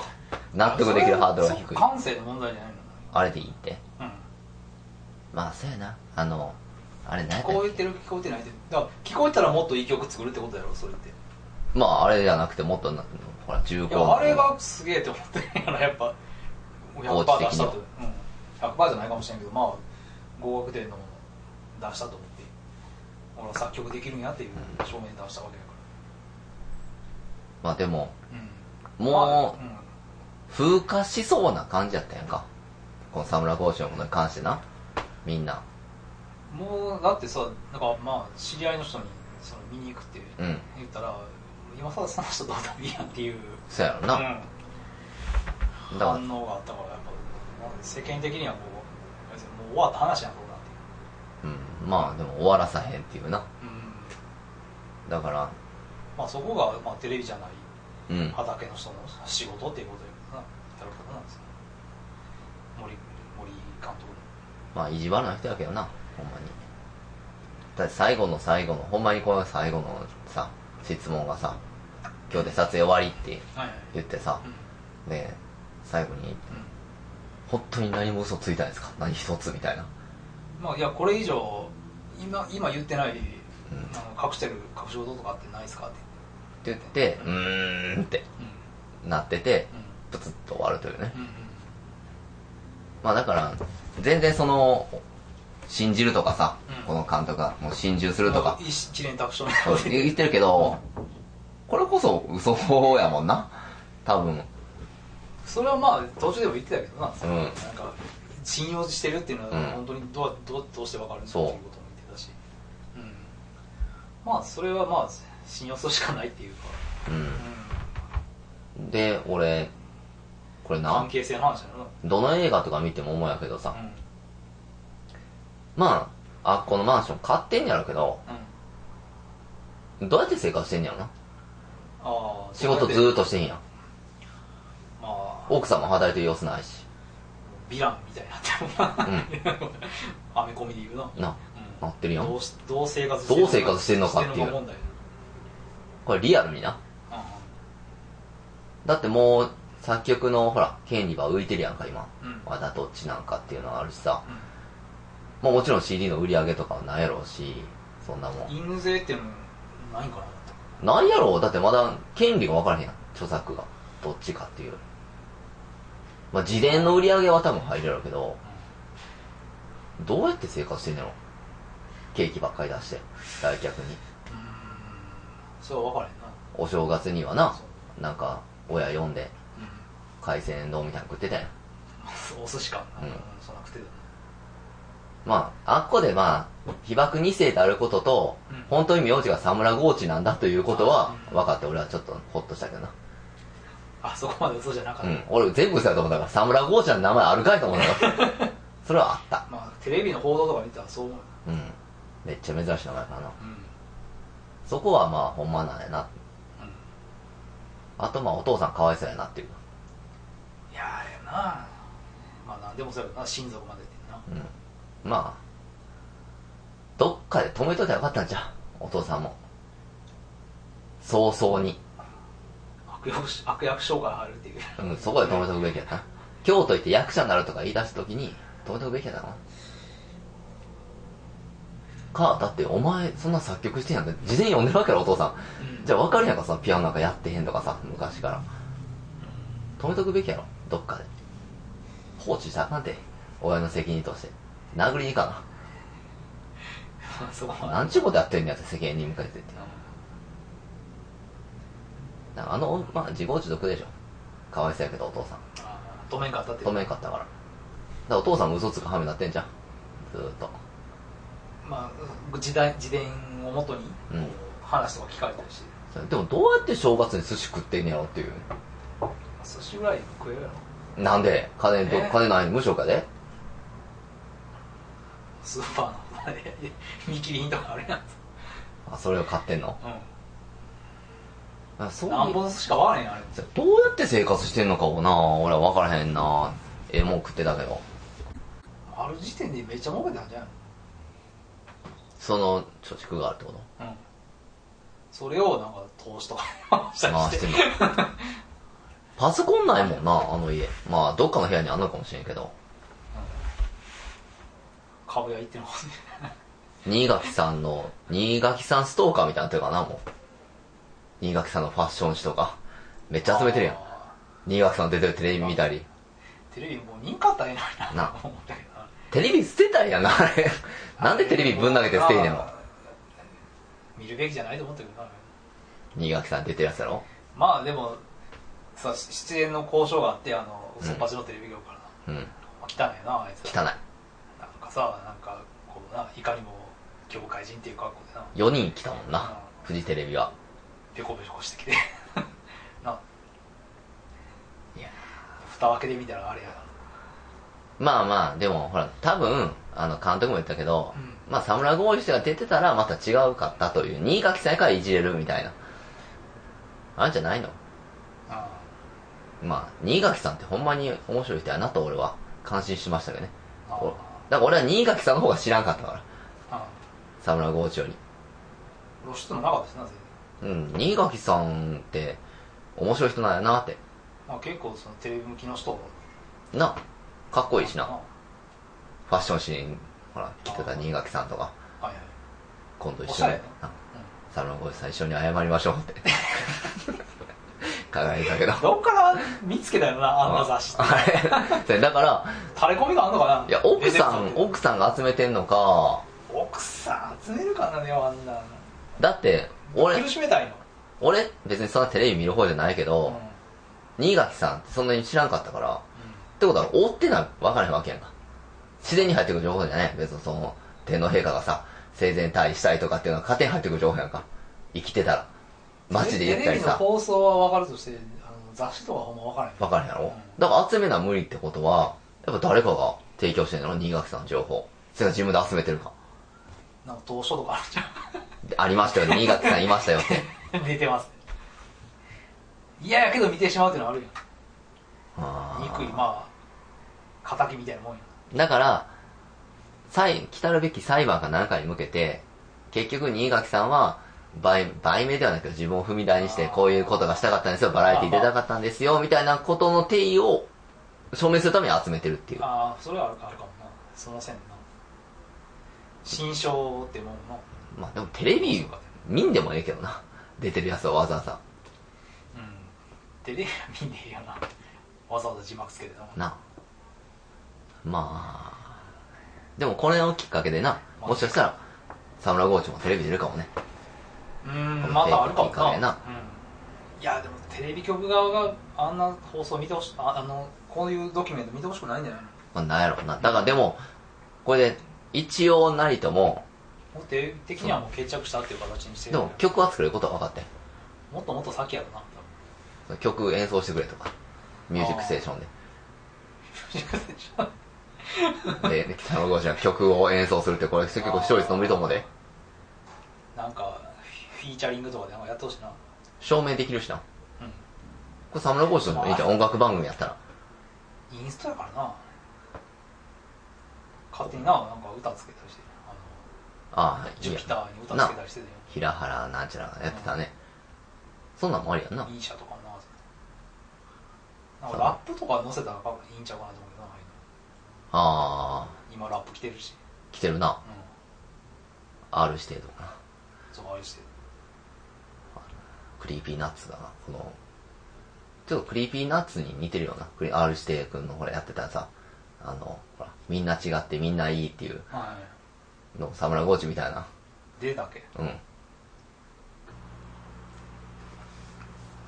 Speaker 1: 納得できるハードルが
Speaker 2: そ
Speaker 1: 低
Speaker 2: れ
Speaker 1: い
Speaker 2: 感性の問題じゃない
Speaker 1: あれでいいって
Speaker 2: の、うん、
Speaker 1: まあそうやなあのあれ何や
Speaker 2: 聞
Speaker 1: ったっけ
Speaker 2: こえてる聞こえてないってだから聞こえたらもっといい曲作るってことやろそれってい
Speaker 1: まああれじゃなくてもっとなほら重厚
Speaker 2: やあれがすげえって思ってるからやっぱ
Speaker 1: 高
Speaker 2: 100%
Speaker 1: 知
Speaker 2: 出
Speaker 1: 的に
Speaker 2: した
Speaker 1: は
Speaker 2: と、うん、100%じゃないかもしれんけどまあ合格点の出したと思って俺は作曲できるんやっていう証明出したわけだか
Speaker 1: まあでも
Speaker 2: ら、うん
Speaker 1: も
Speaker 2: まあうん
Speaker 1: う風化しそうな感じやったやんかこの沢村浩二のものに関してなみんな
Speaker 2: もうだってさなんかまあ知り合いの人にその見に行くって
Speaker 1: うん
Speaker 2: 言ったら、今更その人どうでもいいやんっていう、
Speaker 1: そうやろな、
Speaker 2: うん
Speaker 1: だから
Speaker 2: 反応があったからやっぱ世間的にはこう別にもう終わった話やんろうなって
Speaker 1: うんまあでも終わらさへんっていうな
Speaker 2: いう、うん
Speaker 1: だから
Speaker 2: まあ、そこが、まあ、テレビじゃない
Speaker 1: うん
Speaker 2: 畑の人の仕事っていうことやからなやることなんですよ森森監督
Speaker 1: まあ意地悪な人やけどなほんまにだって最後の最後のほんまにこの最後のさ質問がさ「今日で撮影終わり」って
Speaker 2: のはいはい
Speaker 1: 言ってさ
Speaker 2: うん
Speaker 1: で最後に「本当に何も嘘ついたんですか何一つ」みたいな
Speaker 2: うんまあいやこれ以上今今言ってない、
Speaker 1: ん
Speaker 2: あの隠してる隠し事とかってないですかって
Speaker 1: って言って、うーんって
Speaker 2: う
Speaker 1: なってて、
Speaker 2: んうん
Speaker 1: プツッと終わるというね。
Speaker 2: うんうん
Speaker 1: まあだから、全然その、信じるとかさ、
Speaker 2: うん
Speaker 1: この監督が、もう心中するとか、
Speaker 2: 一連卓勝み
Speaker 1: そう
Speaker 2: たいな
Speaker 1: 言ってるけど、これこそ嘘やもんな。多分。
Speaker 2: それはまあ途中でも言ってたけどな、
Speaker 1: うん
Speaker 2: なんか信用してるっていうの
Speaker 1: うん
Speaker 2: は本当にどう,、どうどうして分かるんだって
Speaker 1: そ
Speaker 2: いううことも言ってたし、うん、まあそれはまあ信用するしかないっていうか、
Speaker 1: うん。で、俺、これ
Speaker 2: うん、
Speaker 1: な
Speaker 2: 関、係性の話だよ
Speaker 1: どの映画とか見ても思うんやけどさ
Speaker 2: な、、うん
Speaker 1: まあ、あ、このマンション買ってんやろうけど、
Speaker 2: うん、
Speaker 1: どうやって生活してんやろな。
Speaker 2: ああ
Speaker 1: 仕事ず
Speaker 2: ま
Speaker 1: ーっとしてんやん。
Speaker 2: あ
Speaker 1: 奥さんも働いてる様子ないし。
Speaker 2: ヴィランみたいになってもな、アメコミで言うな、
Speaker 1: な、
Speaker 2: う
Speaker 1: な
Speaker 2: ん
Speaker 1: ってるやん
Speaker 2: どう。しどう生活
Speaker 1: どう生活してんのかっていう
Speaker 2: してんの問題、
Speaker 1: これリアルにな。だってもう、作曲のほら、権利は浮いてるやんか、今。
Speaker 2: うんうん
Speaker 1: まだどっちなんかっていうのはあるしさ。
Speaker 2: うん
Speaker 1: まあもちろん CD の売り上げとかはないやろうし、そんなもん。
Speaker 2: 印税っていうのないんかな
Speaker 1: ないやろうだってまだ権利が分からへんやん。著作が。どっちかっていう。まあ自伝の売り上げは多分入るやろうけど、どうやって生活してんのやろケーキばっかり出して、来客に。
Speaker 2: うんそれは分からへんな
Speaker 1: お正月にはな、なんか、親呼んで、海鮮丼みたいなの食ってたやん。
Speaker 2: うんお寿司か
Speaker 1: うん
Speaker 2: そんなくてだ
Speaker 1: まあ、あっこでまあ、被爆二世であることと、
Speaker 2: うん
Speaker 1: 本当に名字が沢村豪地なんだということは
Speaker 2: あー
Speaker 1: 分かって、俺はちょっとほっとしたけどな。
Speaker 2: あそこまで嘘じゃなかっ
Speaker 1: う
Speaker 2: た、
Speaker 1: ん。俺全部嘘だと思ったから、沢村豪地の名前あるかいと思ったから。それはあった。
Speaker 2: まあテレビの報道とか見たらそう思う、
Speaker 1: うん。めっちゃ珍しい名前かな。
Speaker 2: うん
Speaker 1: そこはまあ、ほんまなんやな。あとまあ、お父さんかわいそうやなっていう。
Speaker 2: いやーあれやなまあ何でもそうやけどな親族までってな
Speaker 1: うん。まあ、どっかで止めといたらよかったんじゃん。お父さんも。早々に。
Speaker 2: 悪役し悪役障害入るっていう
Speaker 1: うん、そこで止めとくべきやな。京都行って役者になるとか言い出すときに、止めとくべきやったかな。かだってお前そんな作曲してんやんって事前に読んでるわけやろお父さん、じゃあ分かるやんかさピアノなんかやってへんとかさ昔から止めとくべきやろどっかで放置したらあかんて親の責任として殴りに行か
Speaker 2: あ そう
Speaker 1: ななんちゅうことやってんねやって世間に向かってってだからあの、まあ、自業自得でしょかわいそうやけどお父さん
Speaker 2: あー止めんかったって
Speaker 1: 止めんかったからだからお父さんも嘘つくはめになってんじゃんずーっと
Speaker 2: まあ時代自伝をもとに
Speaker 1: うん
Speaker 2: こう話とか聞かれたりして
Speaker 1: それでもどうやって正月に寿司食ってんねやろっていう
Speaker 2: 寿司ぐらい食えるやろ
Speaker 1: なんで金と、
Speaker 2: えー
Speaker 1: 金ないの無償かで
Speaker 2: スーパーのあれ見切り品とかあるやん
Speaker 1: あそれを買ってんの
Speaker 2: う
Speaker 1: あそ
Speaker 2: ん
Speaker 1: う
Speaker 2: 何
Speaker 1: いう
Speaker 2: 本しかわからへんやんあれ
Speaker 1: どうやって生活してんのかもな俺は分からへんなええもん食ってたけど
Speaker 2: ある時点でめっちゃ儲けたんじゃん
Speaker 1: その貯蓄があるってこと
Speaker 2: うんそれをなんか投資とかに回したり
Speaker 1: 回
Speaker 2: し
Speaker 1: しててんのパソコンないもんなあの家まあどっかの部屋にあんのかもしれんけど
Speaker 2: 株屋行ってんのかね
Speaker 1: 新垣さんの新垣さんストーカーみたいになってるかなもう新垣さんのファッション誌とかめっちゃ集めてるやん
Speaker 2: あ
Speaker 1: 新垣さん出てるテレビ見たり
Speaker 2: ーテレビもう人かったらええのにな
Speaker 1: な
Speaker 2: と思ったけどな
Speaker 1: テレビ捨てたりやなあれ なんでテレビぶん投げて捨てんねやろ
Speaker 2: あー見るべきじゃないと思ったけどな
Speaker 1: 新垣さん出てるやつやろ
Speaker 2: まあでもさ出演の交渉があってあの嘘っぱちのテレビ業からな、
Speaker 1: うん
Speaker 2: 汚いなあいつ
Speaker 1: 汚い
Speaker 2: なんかさなんかこうないかにも業界人っていう格好でな
Speaker 1: 4人来たもんなフジテレビは
Speaker 2: ペコペコしてき てない
Speaker 1: や
Speaker 2: 蓋を開けてみたらあれや
Speaker 1: まあまあでもほら多分あの監督も言ったけど、
Speaker 2: う
Speaker 1: まあサムラゴーイが出てたらまた違うかったという新垣さんやからいじれるみたいなあんじゃないの
Speaker 2: なあ
Speaker 1: まあ新垣さんってほんまに面白い人やなと俺は感心しましたけどね
Speaker 2: ああ
Speaker 1: おだから俺は新垣さんの方が知らんかったから
Speaker 2: あ
Speaker 1: サムラゴーイより
Speaker 2: 露出もなかったしな全然、
Speaker 1: うん新垣さんって面白い人なんやなって
Speaker 2: まあ、結構そのテレビ向きの人
Speaker 1: なかっこいいしな
Speaker 2: は
Speaker 1: ファッションシーンほら着てた新垣さんとか
Speaker 2: いはい
Speaker 1: 今度一
Speaker 2: おしゃ
Speaker 1: 緒に
Speaker 2: れね
Speaker 1: な
Speaker 2: うん
Speaker 1: サロンゴで最初に謝りましょうって輝いたけど
Speaker 2: どっから見つけたよなあんな雑誌って
Speaker 1: あれだから
Speaker 2: 垂れ込みがあんのかない
Speaker 1: いや奥さん
Speaker 2: 奥
Speaker 1: 奥さんが集めてんのか
Speaker 2: さん集めるかなでもあんな
Speaker 1: だって俺
Speaker 2: 苦しめたいの
Speaker 1: 俺別にそんなテレビ見る方じゃないけ
Speaker 2: うん
Speaker 1: ど、新垣さんってそんなに知らんかったからってことは追ってない分からへんわけやんか自然に入ってくる情報じゃない別にその天皇陛下がさ生前退位したいとかっていうのは勝手に入ってくる情報やんか生きてたら街で言ったり
Speaker 2: テレビの
Speaker 1: さ
Speaker 2: 放送は分かるとしてあの雑誌とかほんま分からへん
Speaker 1: 分からへんやろ
Speaker 2: うん
Speaker 1: だから集めな無理ってことはやっぱ誰かが提供してんの新垣さんの情報それが自分で集めてるか
Speaker 2: なんか投書とかあるじ
Speaker 1: でありましたよ新垣さんいましたよって
Speaker 2: ゃん出てますいややけど見てしまうっていうのはある
Speaker 1: あ
Speaker 2: やん
Speaker 1: ー
Speaker 2: 憎いまあ敵みたいなもんや
Speaker 1: だから、裁、来たるべき裁判か何かに向けて、結局、新垣さんは、売、売名ではなく自分を踏み台にして、こういうことがしたかったんですよ、バラエティ出たかったんですよ、みたいなことの定義を証明するために集めてるっていう。
Speaker 2: ああそれはあるかあるかもなその線な新章ってもんの
Speaker 1: まあでもテレビ、見んでもええけどな。出てるやつをわざわざ。
Speaker 2: うんテレビは見ねえよなわざわざ字幕つけてな
Speaker 1: な。まあ、でもこれをきっかけでな、もしかしたら、沢村ゴーチもテレビ出るかもね。
Speaker 2: うーんまたあるかも
Speaker 1: いい
Speaker 2: な
Speaker 1: かな
Speaker 2: うん、いやでもテレビ局側があんな放送見てほしああのこういうドキュメント見てほしくないんじゃないの
Speaker 1: まあなんやろうな。だからでも、これで、一応なりとも、
Speaker 2: もうテレビ的にはもう決着したっていう形にして
Speaker 1: で
Speaker 2: る
Speaker 1: も曲は作れることは分かって
Speaker 2: もっともっと先やろな多分
Speaker 1: ん曲演奏してくれとか「ミュージックステーションで」でで北野剛志が曲を演奏するってこれ結構視聴率伸びると思うで
Speaker 2: なんかフィーチャリングとかでなんかやってほしいな
Speaker 1: 証明できるしなこ
Speaker 2: うん
Speaker 1: れ沢村剛志でもいいじゃん音楽番組やったら
Speaker 2: インストやからな勝手にななんか歌つけたりしてあの
Speaker 1: ああい
Speaker 2: ジ
Speaker 1: い
Speaker 2: ュ
Speaker 1: や
Speaker 2: ピターに歌つけたりしてて
Speaker 1: 平原なんちゃらがやってたねそんなんもありやんな
Speaker 2: イーシャとかもななんかラップとか載せたらいいんちゃうかなと思うけどな
Speaker 1: あ
Speaker 2: ああいうの
Speaker 1: あ
Speaker 2: 今ラップ来てるし、
Speaker 1: 来てるな
Speaker 2: う
Speaker 1: R 指定とかな
Speaker 2: そう愛してる
Speaker 1: クリーピーナッツだなこのちょっとクリーピーナッツに似てるよなクリ R 指定君のほらやってたさあのほらみんな違ってみんないいっていう
Speaker 2: は
Speaker 1: の沢村コーチみたいない
Speaker 2: でだけ
Speaker 1: うん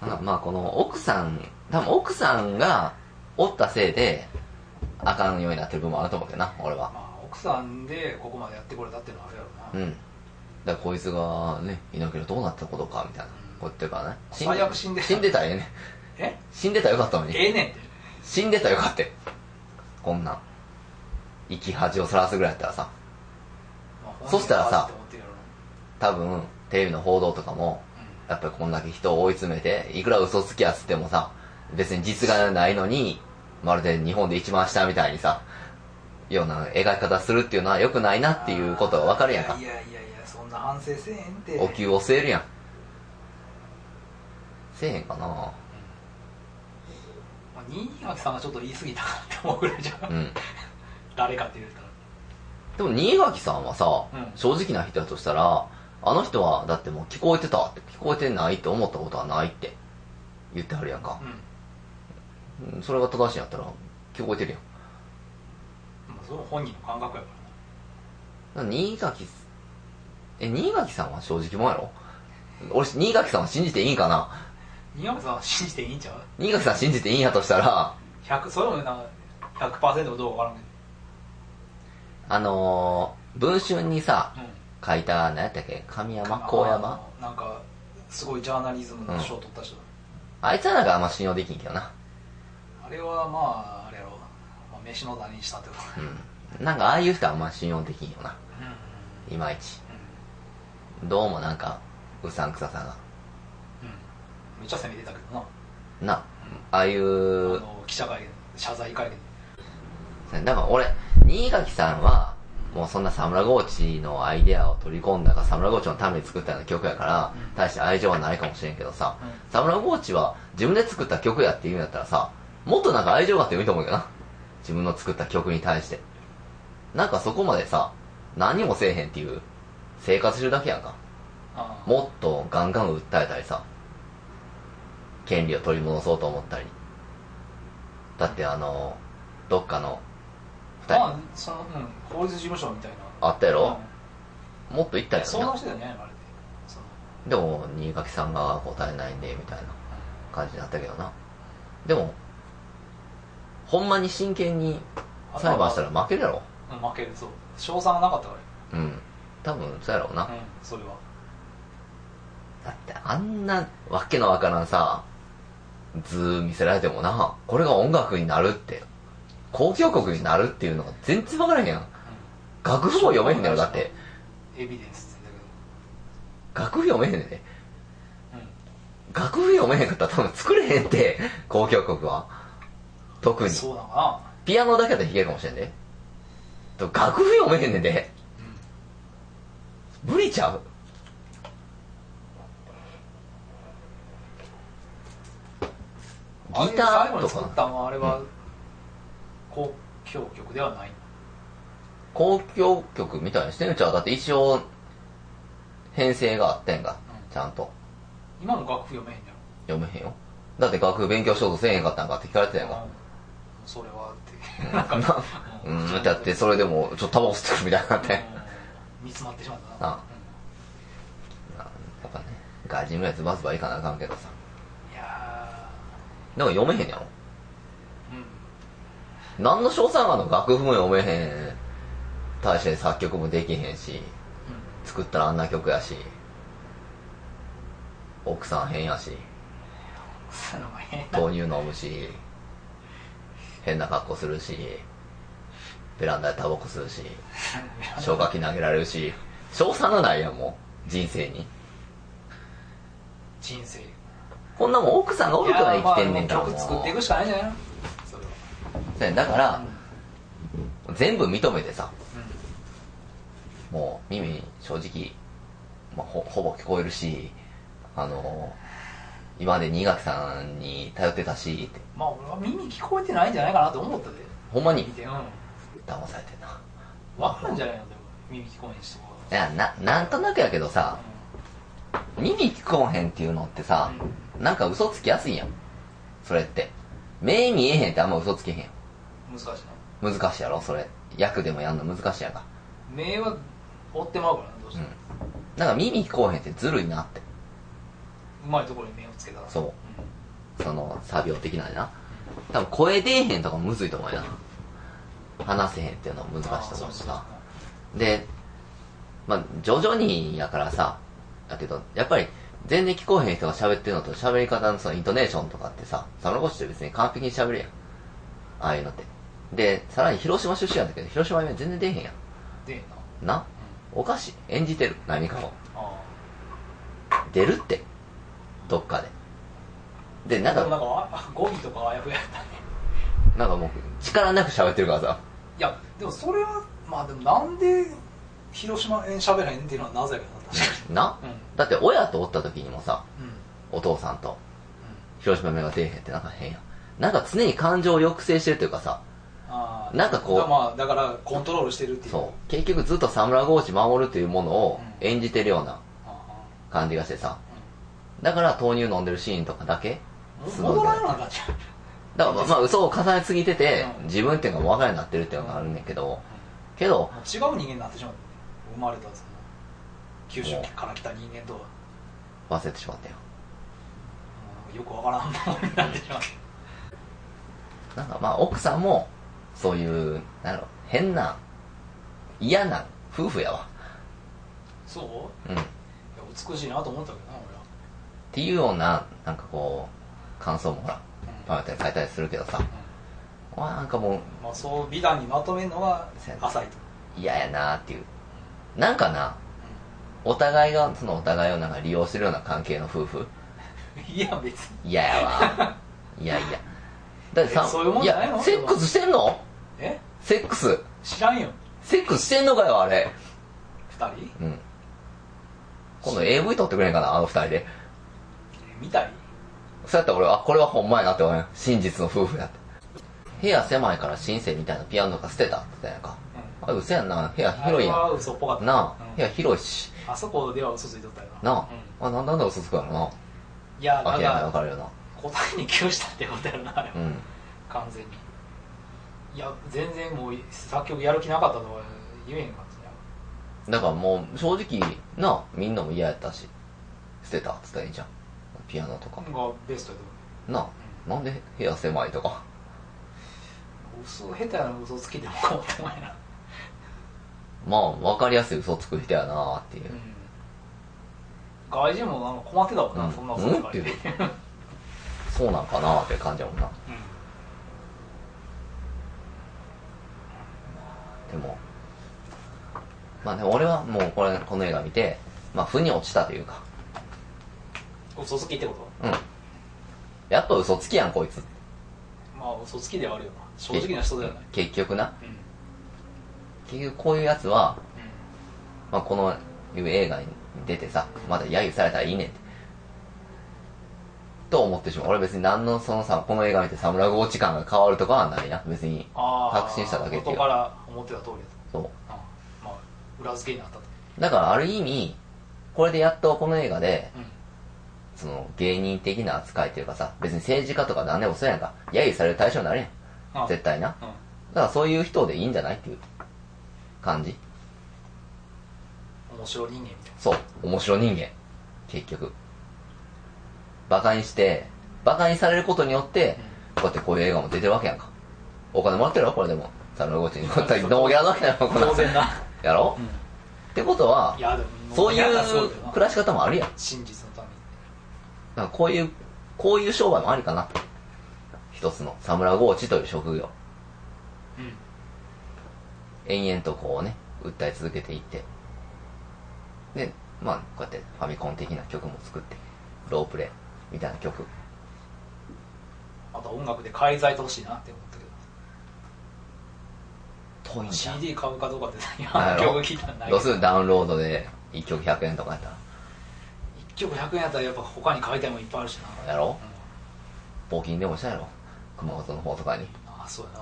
Speaker 1: なんかまあこの奥さん多分奥さんがおったせいであかんようになってる部分もあると思うけどな俺は
Speaker 2: まあ奥さんでここまでやってこれたっていうのはあるやろ
Speaker 1: う
Speaker 2: な、
Speaker 1: んだからこいつがねいなければどうなったことかみたいな
Speaker 2: うん
Speaker 1: こうやってるからね
Speaker 2: 最悪死んでた
Speaker 1: 死んでたらええね
Speaker 2: え
Speaker 1: 死んでたらよかったのに
Speaker 2: ええねんって
Speaker 1: 死んでたらよかったよこんなん生き恥をさらすぐらいやったらさ
Speaker 2: まあ
Speaker 1: そしたらさ
Speaker 2: 本人が悪いと思ってるやろな
Speaker 1: 多分テレビの報道とかもやっぱりこんだけ人を追い詰めていくら嘘つきやつってもさ別に実がないのにまるで日本で一番下みたいにさような描き方するっていうのは良くないなっていうことが分かるやんか
Speaker 2: いやいやいやいやそんな反省せえへんって
Speaker 1: お灸を据えるやんせえへんかな
Speaker 2: まあ新垣さんがちょっと言い過ぎたなって思うぐらいじゃん、
Speaker 1: うん
Speaker 2: 誰かって言うたら
Speaker 1: でも新垣さんはさ、
Speaker 2: うん
Speaker 1: 正直な人だとしたらあの人はだってもう聞こえてたって聞こえてないって思ったことはないって言ってはるやんか
Speaker 2: う、ん
Speaker 1: うんそれが正しいんやったら聞こえてるやん
Speaker 2: まあそれは本人の感覚やから
Speaker 1: だ
Speaker 2: な
Speaker 1: から新垣すえ新垣さんは正直もんやろ俺新垣さんは信じていいんかな
Speaker 2: 新垣さんは信じていいんちゃう
Speaker 1: 新垣さん信じていいんやとしたら
Speaker 2: 100それもな100%どうかわからんけ
Speaker 1: あのー、文春にさ
Speaker 2: ど、うん、
Speaker 1: 書いた何やったっけ神山高山
Speaker 2: あのなんかすごいジャーナリズムの賞を取った人、
Speaker 1: あいつはなんかあんま信用できんけどな
Speaker 2: あれはまああれやろ、まあ、飯の種にしたってことだね
Speaker 1: うんなんかああいう人はあんま信用できんよな
Speaker 2: うんうん
Speaker 1: いまいちどうもなんかうさんくささ
Speaker 2: うんめっちゃ攻めてたけどな
Speaker 1: がなああい
Speaker 2: あ
Speaker 1: う
Speaker 2: の記者会見謝罪会見
Speaker 1: だから俺新垣さんはもうそんなサムラゴーチのアイデアを取り込んだかサムラゴーチのために作ったような曲やから
Speaker 2: うん
Speaker 1: 大して愛情はないかもしれんけどさ、
Speaker 2: う
Speaker 1: サムラゴーチは自分で作った曲やって言うんやったらさもっとなんか愛情があってもいいと思うけどな自分の作った曲に対してなんかそこまでさ何もせえへんっていう生活してるだけやんか
Speaker 2: ああ
Speaker 1: もっとガンガン訴えたりさ、権利を取り戻そうと思ったり。だってあの、どっかの、二
Speaker 2: まあ
Speaker 1: 人、
Speaker 2: その、うん、法律事務所みたいな
Speaker 1: あったや
Speaker 2: うん
Speaker 1: ろ、もっと言ったやろ
Speaker 2: 相談
Speaker 1: な。
Speaker 2: してたよねあれでその
Speaker 1: でも、新垣さんが答えないんで、みたいな感じになったけどな。でも、ほんまに真剣に裁判したら負けるやろ。
Speaker 2: うん負けるそう賞賛がなかったか
Speaker 1: うん。多分、そうやろうな。
Speaker 2: ら、うん、それは
Speaker 1: だってあんなわけのわからんさ図見せられてもなこれが音楽になるって公共国になるっていうのが全然わからへんやん楽譜も読めへんねんよだって
Speaker 2: エビデンスって言うんだ
Speaker 1: 楽譜読めへんねんで
Speaker 2: けどうん
Speaker 1: 楽譜読めへんかったら多分作れへんって公共国は特に
Speaker 2: そうだか
Speaker 1: ピアノだけで弾けるかもしれんでと楽譜読めへんねんで
Speaker 2: な、うん、
Speaker 1: 無理ちゃうギタ
Speaker 2: あれ最後
Speaker 1: ーと
Speaker 2: に作
Speaker 1: か
Speaker 2: ったのはあれは公共曲ではない
Speaker 1: 公共曲みたいにしてるんちゃうだって一応、編成があってんが、
Speaker 2: うん
Speaker 1: ちゃんと。
Speaker 2: 今の楽譜読めへんじ
Speaker 1: 読めへんよ。だって楽譜勉強しようとせえへんかったんかって聞かれてたん
Speaker 2: ゃん、
Speaker 1: が。
Speaker 2: それは ってなんか
Speaker 1: う
Speaker 2: うん
Speaker 1: ん、だってそれでも、ちょっとタバコ吸ってくみたいになって。
Speaker 2: うん煮詰まってしまった
Speaker 1: あ
Speaker 2: な
Speaker 1: あなんかね、外人のやつバズバいかなあかんけどさ。
Speaker 2: うんいや
Speaker 1: でも読めへんやろ。
Speaker 2: ーうん
Speaker 1: 何の賞賛があんの楽譜も読めへん。大して作曲もできへんし、
Speaker 2: う
Speaker 1: 作ったらあんな曲やし、奥さん変やし。
Speaker 2: んその変な
Speaker 1: 豆乳飲むし変な格好するしベランダでタバコ吸うし消火器投げられるし賞賛がないやんもう人生に
Speaker 2: 人生い
Speaker 1: こんなもん奥さんがおるから生きてんねんからもう
Speaker 2: やーまあ曲作っていくしかないんじゃないのそれは
Speaker 1: ねだか
Speaker 2: う
Speaker 1: ら
Speaker 2: ん
Speaker 1: 全部認めてさもう耳に正直、まあ、ほほぼ聞こえるしあの今まで新垣さんに頼ってたしって
Speaker 2: まあ俺は耳聞こえてないんじゃないかなと思ったで
Speaker 1: ほんま
Speaker 2: 見
Speaker 1: に
Speaker 2: てうん
Speaker 1: 騙されてんな
Speaker 2: 分かるんじゃないのでも耳聞こえんしとか
Speaker 1: いやななんとなくやけどさ耳聞こうへんっていうのってさ、なんか嘘つきやすいやんそれって目見えへんってあんま嘘つけへんやん
Speaker 2: うん難しいな
Speaker 1: 難しいやろそれ役でもやんの難しいやんか
Speaker 2: 目は追ってまうからなどうしても、
Speaker 1: うんなんか耳聞こうへんってずるいなって
Speaker 2: うまいところに目をつけたら、
Speaker 1: そうその作業的なんやな多分声出えへんとかむずいと思うよな話せへんっていうのは難
Speaker 2: ん、
Speaker 1: しいと思うし
Speaker 2: あ
Speaker 1: な
Speaker 2: ー
Speaker 1: でまあ徐々にやからさだけどやっぱり全然聞こえへん人が喋ってるのと喋り方のそのイントネーションとかってさそのこって別に完璧に喋るやんああいうのってでさらに広島出身やんだけど広島弁全然出えへんや
Speaker 2: そうですねでなん
Speaker 1: なおかしい演じてる何かを
Speaker 2: あ
Speaker 1: 出るってどっかでで
Speaker 2: ー
Speaker 1: なん
Speaker 2: でもなん
Speaker 1: か
Speaker 2: かあ語尾とかあやふややったね
Speaker 1: なんかもう力なく喋ってるからさ
Speaker 2: いやでもそれはまあでもなんで広島弁喋らへんっていうのはなぜやけどな確か
Speaker 1: な
Speaker 2: に
Speaker 1: だって親とおった時にもさ
Speaker 2: うんうん
Speaker 1: お父さんと広島弁が出えへんってなんか変やんなんか常に感情を抑制してるというかさ
Speaker 2: あー
Speaker 1: なんかこう
Speaker 2: だらまあだからコントロールしてるっていう
Speaker 1: そう結局ずっとサムラゴーチ守るというものを
Speaker 2: うん
Speaker 1: 演じてるような
Speaker 2: あ
Speaker 1: 感じがしてさだから豆乳飲んでるシーンとかだけ
Speaker 2: ーもう戻らんような感じ
Speaker 1: だからまあまあ嘘を重ねすぎてて
Speaker 2: うん
Speaker 1: 自分っていうのが分かるようになってるっていうのがあるんだけどけど
Speaker 2: もう違う人間になってしまったね生まれたその九州から来た人間とはも
Speaker 1: 忘れてしまったよ
Speaker 2: うよくわからんものになってしまった
Speaker 1: なんかまあ奥さんもそういうなんやろ変な嫌な夫婦やわ
Speaker 2: そうい
Speaker 1: うんっ
Speaker 2: や美しいなと思ったけどな俺は
Speaker 1: ていうようななんかこう感想もほら
Speaker 2: うん
Speaker 1: パーメットに変えたりするけどさわあなんかも
Speaker 2: まあそう美談にまとめるのが浅いと
Speaker 1: う嫌やなーっていうなんかなお互いがそのお互いをなんか利用してるような関係の夫婦
Speaker 2: いや別に
Speaker 1: 嫌や わいやいやだってさ
Speaker 2: えそういうもんじゃないの
Speaker 1: やセックスしてんの
Speaker 2: え
Speaker 1: セックス
Speaker 2: 知らんよ
Speaker 1: セックスしてんのかよあれ
Speaker 2: 2人
Speaker 1: うん今度 AV 撮ってくれんかなあの二人で
Speaker 2: 見たい
Speaker 1: そうやったら俺はあこれはほんまやなって思うよ真実の夫婦やって部屋狭いからシンセみたいなピアノとか捨てたって言ったやんか
Speaker 2: うん
Speaker 1: あ嘘やんな部屋広いや
Speaker 2: あれ
Speaker 1: ん
Speaker 2: は嘘っぽかった
Speaker 1: なあ
Speaker 2: うん
Speaker 1: 部屋広いし
Speaker 2: あそこでは嘘ついとったよな
Speaker 1: な
Speaker 2: うん
Speaker 1: ああなんだなんだ嘘つくやろない
Speaker 2: や
Speaker 1: 明ら
Speaker 2: なん
Speaker 1: かに分
Speaker 2: か
Speaker 1: かるよな
Speaker 2: 答えに窮したってことやろなあれは
Speaker 1: うん
Speaker 2: 完全にいや全然もう作曲やる気なかったとか言えへんかったね
Speaker 1: だからもう正直なみんなも嫌やったし捨てたっつったらいいじゃんピアノとか
Speaker 2: なんかベストやと
Speaker 1: なあなんで部屋狭いとか
Speaker 2: 思う嘘下手な嘘つきでも変わってないな
Speaker 1: まあ分かりやすい嘘つく人やなあっていううん
Speaker 2: 外人もなんか困ってたもんな、
Speaker 1: うん
Speaker 2: そんな嘘つかれ
Speaker 1: うん
Speaker 2: て
Speaker 1: ってそうなんかなあって感じやもんなでもまあでも俺はもうこれこの映画見てまあ負に落ちたというか
Speaker 2: うん嘘つきってこ
Speaker 1: う
Speaker 2: と
Speaker 1: んやっぱ嘘つきやんこいつ
Speaker 2: まあ嘘つきではあるよな正直な人だよね
Speaker 1: 結局な
Speaker 2: うん、うん
Speaker 1: 結局こういうやつは、まあ、このいう映画に出てさまだ揶揄されたらいいねんってと思ってしまう俺別に何のそのさこの映画見てサムラゴーチ感が変わるとかはないな別に
Speaker 2: ああ
Speaker 1: 確信しただけっていう
Speaker 2: 元から思ってた通りだ
Speaker 1: そう
Speaker 2: とああまあ裏付けになったと
Speaker 1: だからある意味これでやっとこの映画で
Speaker 2: うん
Speaker 1: その芸人的な扱いというかさ別に政治家とか何でもそうやんか揶揄される対象になるや
Speaker 2: あ
Speaker 1: ん絶対な
Speaker 2: うん
Speaker 1: だからそういう人でいいんじゃないっていう感じ
Speaker 2: 面白い人間みたい
Speaker 1: そう面白人間結局バカにしてバカにされることによってこうやってこういう映画も出てるわけやんかお金もらってるよこれでもサムラゴーチにこうやってノーギャラなわけやろこん
Speaker 2: な
Speaker 1: な
Speaker 2: 当然な、
Speaker 1: やろ、
Speaker 2: うん
Speaker 1: ってことはい
Speaker 2: やでも
Speaker 1: そうい
Speaker 2: やだそう
Speaker 1: う
Speaker 2: だよな
Speaker 1: 暮らし方もあるやん
Speaker 2: 真実のために
Speaker 1: だからこういう、こういう商売もありかなと。一つの、サムラゴーチという職業。
Speaker 2: うん
Speaker 1: 延々とこうね、訴え続けていって。で、まあ、こうやってファミコン的な曲も作って、ロープレイみたいな曲。
Speaker 2: あと音楽で介在してほしいなって思ったけど
Speaker 1: 遠いんじゃん。
Speaker 2: CD 買うかどうかって
Speaker 1: あ
Speaker 2: さ
Speaker 1: の
Speaker 2: 曲聞いたらない
Speaker 1: どうするダウンロードで1曲100円とかやった
Speaker 2: 1曲100円やったらやっぱ他に買いたいもんいっぱいあるしな
Speaker 1: ら。やろ
Speaker 2: うん
Speaker 1: 募金でもしたやろ熊本の方とかに。
Speaker 2: ああそうや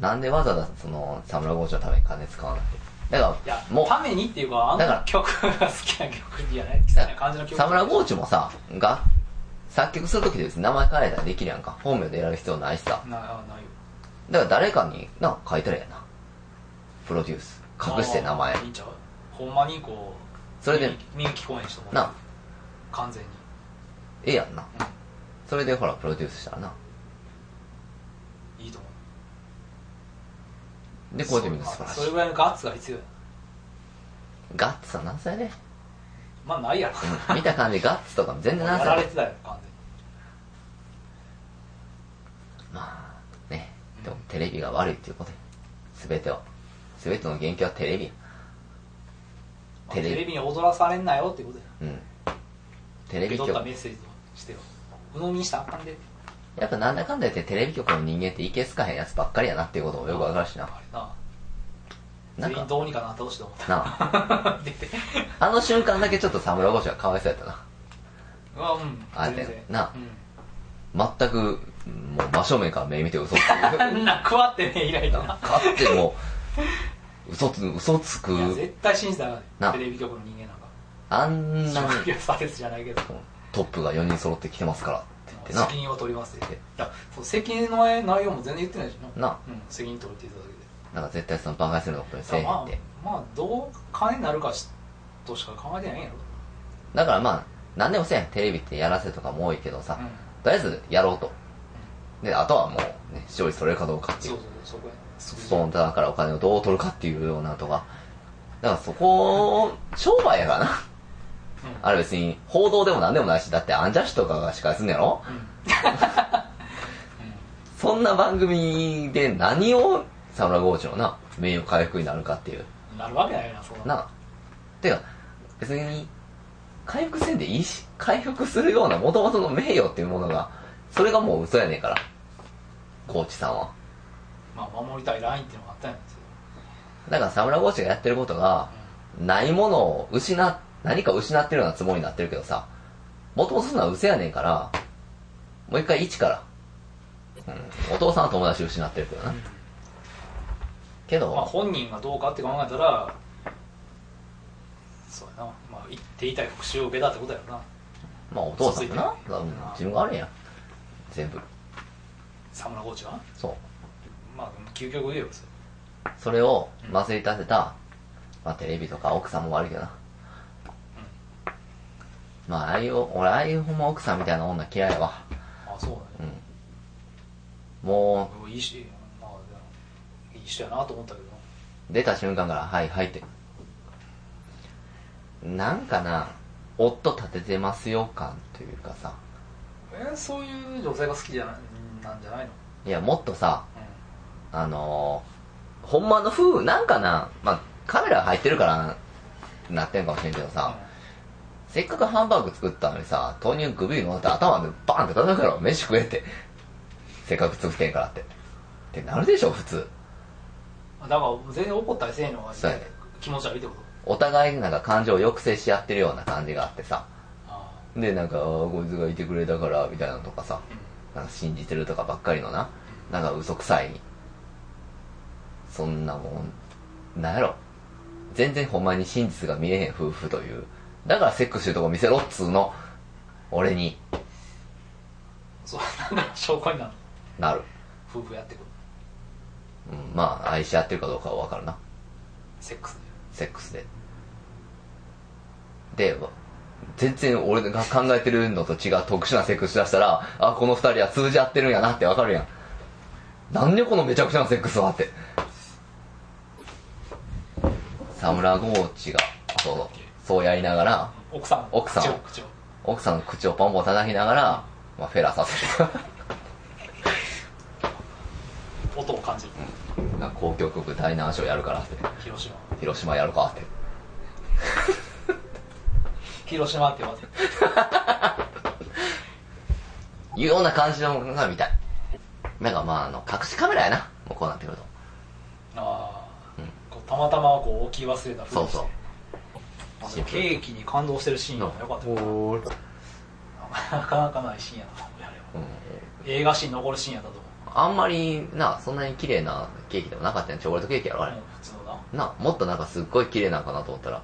Speaker 2: な
Speaker 1: なんでわざわざそのサムラゴーチのために金使わないだか
Speaker 2: いや
Speaker 1: らもう
Speaker 2: ためにっていうかあ
Speaker 1: だから
Speaker 2: の曲が好きな曲じゃない好き
Speaker 1: だ
Speaker 2: な
Speaker 1: から
Speaker 2: 感じの曲
Speaker 1: サムラゴーチもさが作曲するときで別に名前変えたらできるやんか本名でやる必要ないしさ
Speaker 2: なあないよ
Speaker 1: だから誰かにな書いたらやなプロデュース隠して名前
Speaker 2: あーいいんちゃうほんまにこう
Speaker 1: それで
Speaker 2: みみゆき公演したもん
Speaker 1: な
Speaker 2: 完全に
Speaker 1: ええやんなそれでほらプロデュースしたらな
Speaker 2: うんいいと思う
Speaker 1: でこうやって見るの素晴ら
Speaker 2: そ
Speaker 1: し
Speaker 2: れ
Speaker 1: い
Speaker 2: ぐらいのガッツが必要や
Speaker 1: ガッツはなんすやね
Speaker 2: まあないやろ
Speaker 1: うん見た感じガッツとかも全然なん
Speaker 2: や
Speaker 1: す
Speaker 2: ら
Speaker 1: や
Speaker 2: れ
Speaker 1: ね
Speaker 2: てたよ完全に
Speaker 1: まあねでもテレビが悪いっていうことや全てを全ての元気はテレビや
Speaker 2: まあ
Speaker 1: テレビ
Speaker 2: テレビに踊らされんなよってことや
Speaker 1: うんテレビ
Speaker 2: 受け取
Speaker 1: 局
Speaker 2: ったメッセージとしては鵜呑みにしたらあかんで
Speaker 1: やっぱなんだかんだ言ってテレビ局の人間っていけすかへんやつばっかりやなっていうこともよくわかるし
Speaker 2: あ
Speaker 1: な
Speaker 2: れ
Speaker 1: な
Speaker 2: な
Speaker 1: ん
Speaker 2: 全員
Speaker 1: か
Speaker 2: どうにかなってほしいと思った
Speaker 1: なあ
Speaker 2: 出て
Speaker 1: あの瞬間だけちょっとサムラゴーチがかわいそうやった
Speaker 2: うわうん
Speaker 1: あ
Speaker 2: 全
Speaker 1: で
Speaker 2: 然
Speaker 1: な
Speaker 2: うん
Speaker 1: な全くもう真正面から目見て嘘つく
Speaker 2: あんな食わってね以来
Speaker 1: なん
Speaker 2: な
Speaker 1: かってもう嘘つ嘘つ
Speaker 2: いや
Speaker 1: く
Speaker 2: 絶対信じたらあ
Speaker 1: な
Speaker 2: かんテレビ局の人間なんか
Speaker 1: あんなに
Speaker 2: 職業差別じゃないけど
Speaker 1: トップが4人揃ってきてますからって言っ
Speaker 2: 責
Speaker 1: て
Speaker 2: 任を取りますって
Speaker 1: え
Speaker 2: いやそう責任の内容も全然言ってないしな
Speaker 1: なな
Speaker 2: うん責任取るって言ってただけで
Speaker 1: なんか絶対そのバカにするのことにせえへん
Speaker 2: ま
Speaker 1: って
Speaker 2: あ、まあどう金になるかしとしか考えてないんやろ、
Speaker 1: だからまあ何でもせえへんテレビってやらせとかも多いけどさ、
Speaker 2: うん、
Speaker 1: とりあえずやろうとであとはもう、ね、視聴率取れるかどうかってい
Speaker 2: そううそうそうそこやそ
Speaker 1: スポンサーからお金をどう取るかっていうようなとかだからそこを商売やからな
Speaker 2: うん
Speaker 1: あれ別に報道でも何でもないしだってアンジャッシュとかが司会すんのやろ
Speaker 2: うん
Speaker 1: そんな番組で何をサムラゴーチのな名誉回復になるかっていう
Speaker 2: うんなるわけないよなそんな
Speaker 1: なあてか別に回復せんでいいし回復するような元々の名誉っていうものがそれがもう嘘やねんからコーチさんは
Speaker 2: まあ守りたいラインっていうのがあったんやんですよ、
Speaker 1: だから沢村コーチがやってることがないものを失っ何か失ってるようなつもりになってるけどさもともとそんなん嘘やねんからもう一回一から、うん、お父さんは友達失ってるけど
Speaker 2: う
Speaker 1: なん
Speaker 2: うん
Speaker 1: けど、
Speaker 2: まあ、本人がどうかって考えたらそうやな、まあ、言っていたい復讐を受けたってことやろな
Speaker 1: まあお父さんもな
Speaker 2: 嘘ついてる
Speaker 1: うん自分があるやん全部
Speaker 2: 沢村コーチが
Speaker 1: そう
Speaker 2: まあ究極言えよそれ
Speaker 1: それをまずい立てた、まあ、テレビとか奥さんも悪いけどな、まあああいう俺ああいうほんま奥さんみたいな女嫌いやわ
Speaker 2: あそうだね
Speaker 1: も
Speaker 2: でもいいし、まあ、でもいい人やなと思ったけど
Speaker 1: う出た瞬間から「はいはい」ってなんかな夫立ててますよ感というかさ
Speaker 2: えーそういう女性が好きじゃないなんじゃないの、
Speaker 1: いやもっとさあのー、ほんまの風なんかなまあカメラが入ってるからなってんかもしれんけどさ、せっかくハンバーグ作ったのにさ、豆乳グビー乗って頭でバーンって叩くやろ、飯食えって。せっかく作ってんからって。ってなるでしょ、普通。
Speaker 2: うん、だから全然怒ったりせえへんのが
Speaker 1: そうやね
Speaker 2: 気持ち悪いってこと
Speaker 1: お互いなんか感情を抑制し合ってるような感じがあってさ。
Speaker 2: あ
Speaker 1: で、なんか、あーこいつがいてくれたから、みたいなのとかさ。なんか信じてるとかばっかりのな。なんか嘘くさい。そんなもん、なんやろ。全然ほんまに真実が見えへん夫婦という。だからセックスしてるとこ見せろっつうの。俺に
Speaker 2: そうなんか証拠になる
Speaker 1: なる。
Speaker 2: 夫婦やってくる
Speaker 1: うん、まあ愛し合ってるかどうかは分かるな
Speaker 2: セックス
Speaker 1: セックスででわ全然俺が考えてるのと違う特殊なセックスしだしたらあこの二人は通じ合ってるんやなって分かるやんなんでこのめちゃくちゃなセックスはって沢村ゴーチがあそうそうそうやりながら
Speaker 2: で奥さん
Speaker 1: 奥さん
Speaker 2: 口を口を
Speaker 1: 奥さんの口をポンポン叩きながら、まあ、フェラさせる
Speaker 2: 音を感じる、
Speaker 1: なんか公共国大南省やるからって
Speaker 2: 広島
Speaker 1: 広島やるかって
Speaker 2: 広島って言われて
Speaker 1: いうような感じのものが見たい。なんかまあ、あの、隠しカメラやな。もうこうなってくると。
Speaker 2: ああ、
Speaker 1: うん
Speaker 2: こうたまたまこう置き忘れたふ
Speaker 1: そうそう。
Speaker 2: あのケーキに感動してるシーンがよかったよ
Speaker 1: おー
Speaker 2: なかなかないシーンやなあれは
Speaker 1: うん。
Speaker 2: 映画史に残るシーンやったと思う
Speaker 1: あんまりなそんなに綺麗なケーキでもなかったよねチョコレートケーキやろあれ、
Speaker 2: もう普通のな
Speaker 1: なもっとなんかすっごい綺麗なんかなと思ったら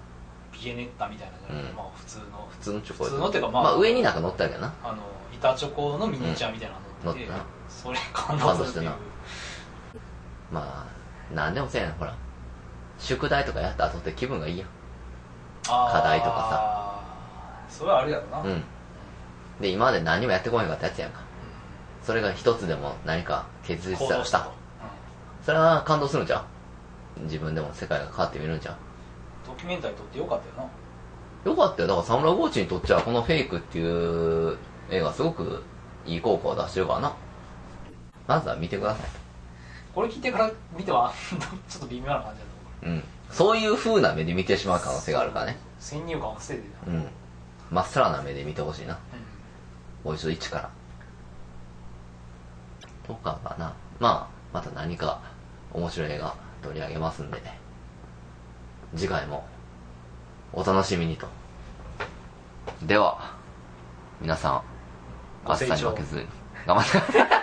Speaker 2: ビエネッタみたいなじゃなくて、
Speaker 1: うん
Speaker 2: まあ普通の
Speaker 1: 普通のチョコレート
Speaker 2: 普通のっていうかまあ
Speaker 1: 上になんか乗ったわけやな
Speaker 2: あの板チョコのミニチュアみたいなの乗ってて、
Speaker 1: うん乗ってな
Speaker 2: それ感動するっていう
Speaker 1: 感まあなんでもせえなほら宿題とかやった後って気分がいいやん課題とか
Speaker 2: さそれはあれやろな、
Speaker 1: う
Speaker 2: うん
Speaker 1: んで今まで何もやってこへんかったやつやんかそれが一つでも何か結実
Speaker 2: 行
Speaker 1: した
Speaker 2: 動
Speaker 1: ら
Speaker 2: し
Speaker 1: したた
Speaker 2: と、
Speaker 1: それは感動するんちゃう自分でも世界が変わってみるんちゃ
Speaker 2: うん、ドキュメンタリー撮ってよかったよな
Speaker 1: うよかったよだからサムライゴーチにとっちゃこの「フェイク」っていう映画すごくいい効果を出してるからなまずは見てください
Speaker 2: これ聞いてから見ては ちょっと微妙な感じだと思
Speaker 1: うんそういう風な目で見てしまう可能性があるからね
Speaker 2: う先入観を捨ててな
Speaker 1: うんまっさらな目で見てほしいな
Speaker 2: う
Speaker 1: もう一度一からとかかなまあまた何か面白い映画取り上げますんで次回もお楽しみにとでは皆さん
Speaker 2: ご
Speaker 1: 暑
Speaker 2: 清
Speaker 1: さ
Speaker 2: 聴
Speaker 1: に負けずに頑張ってください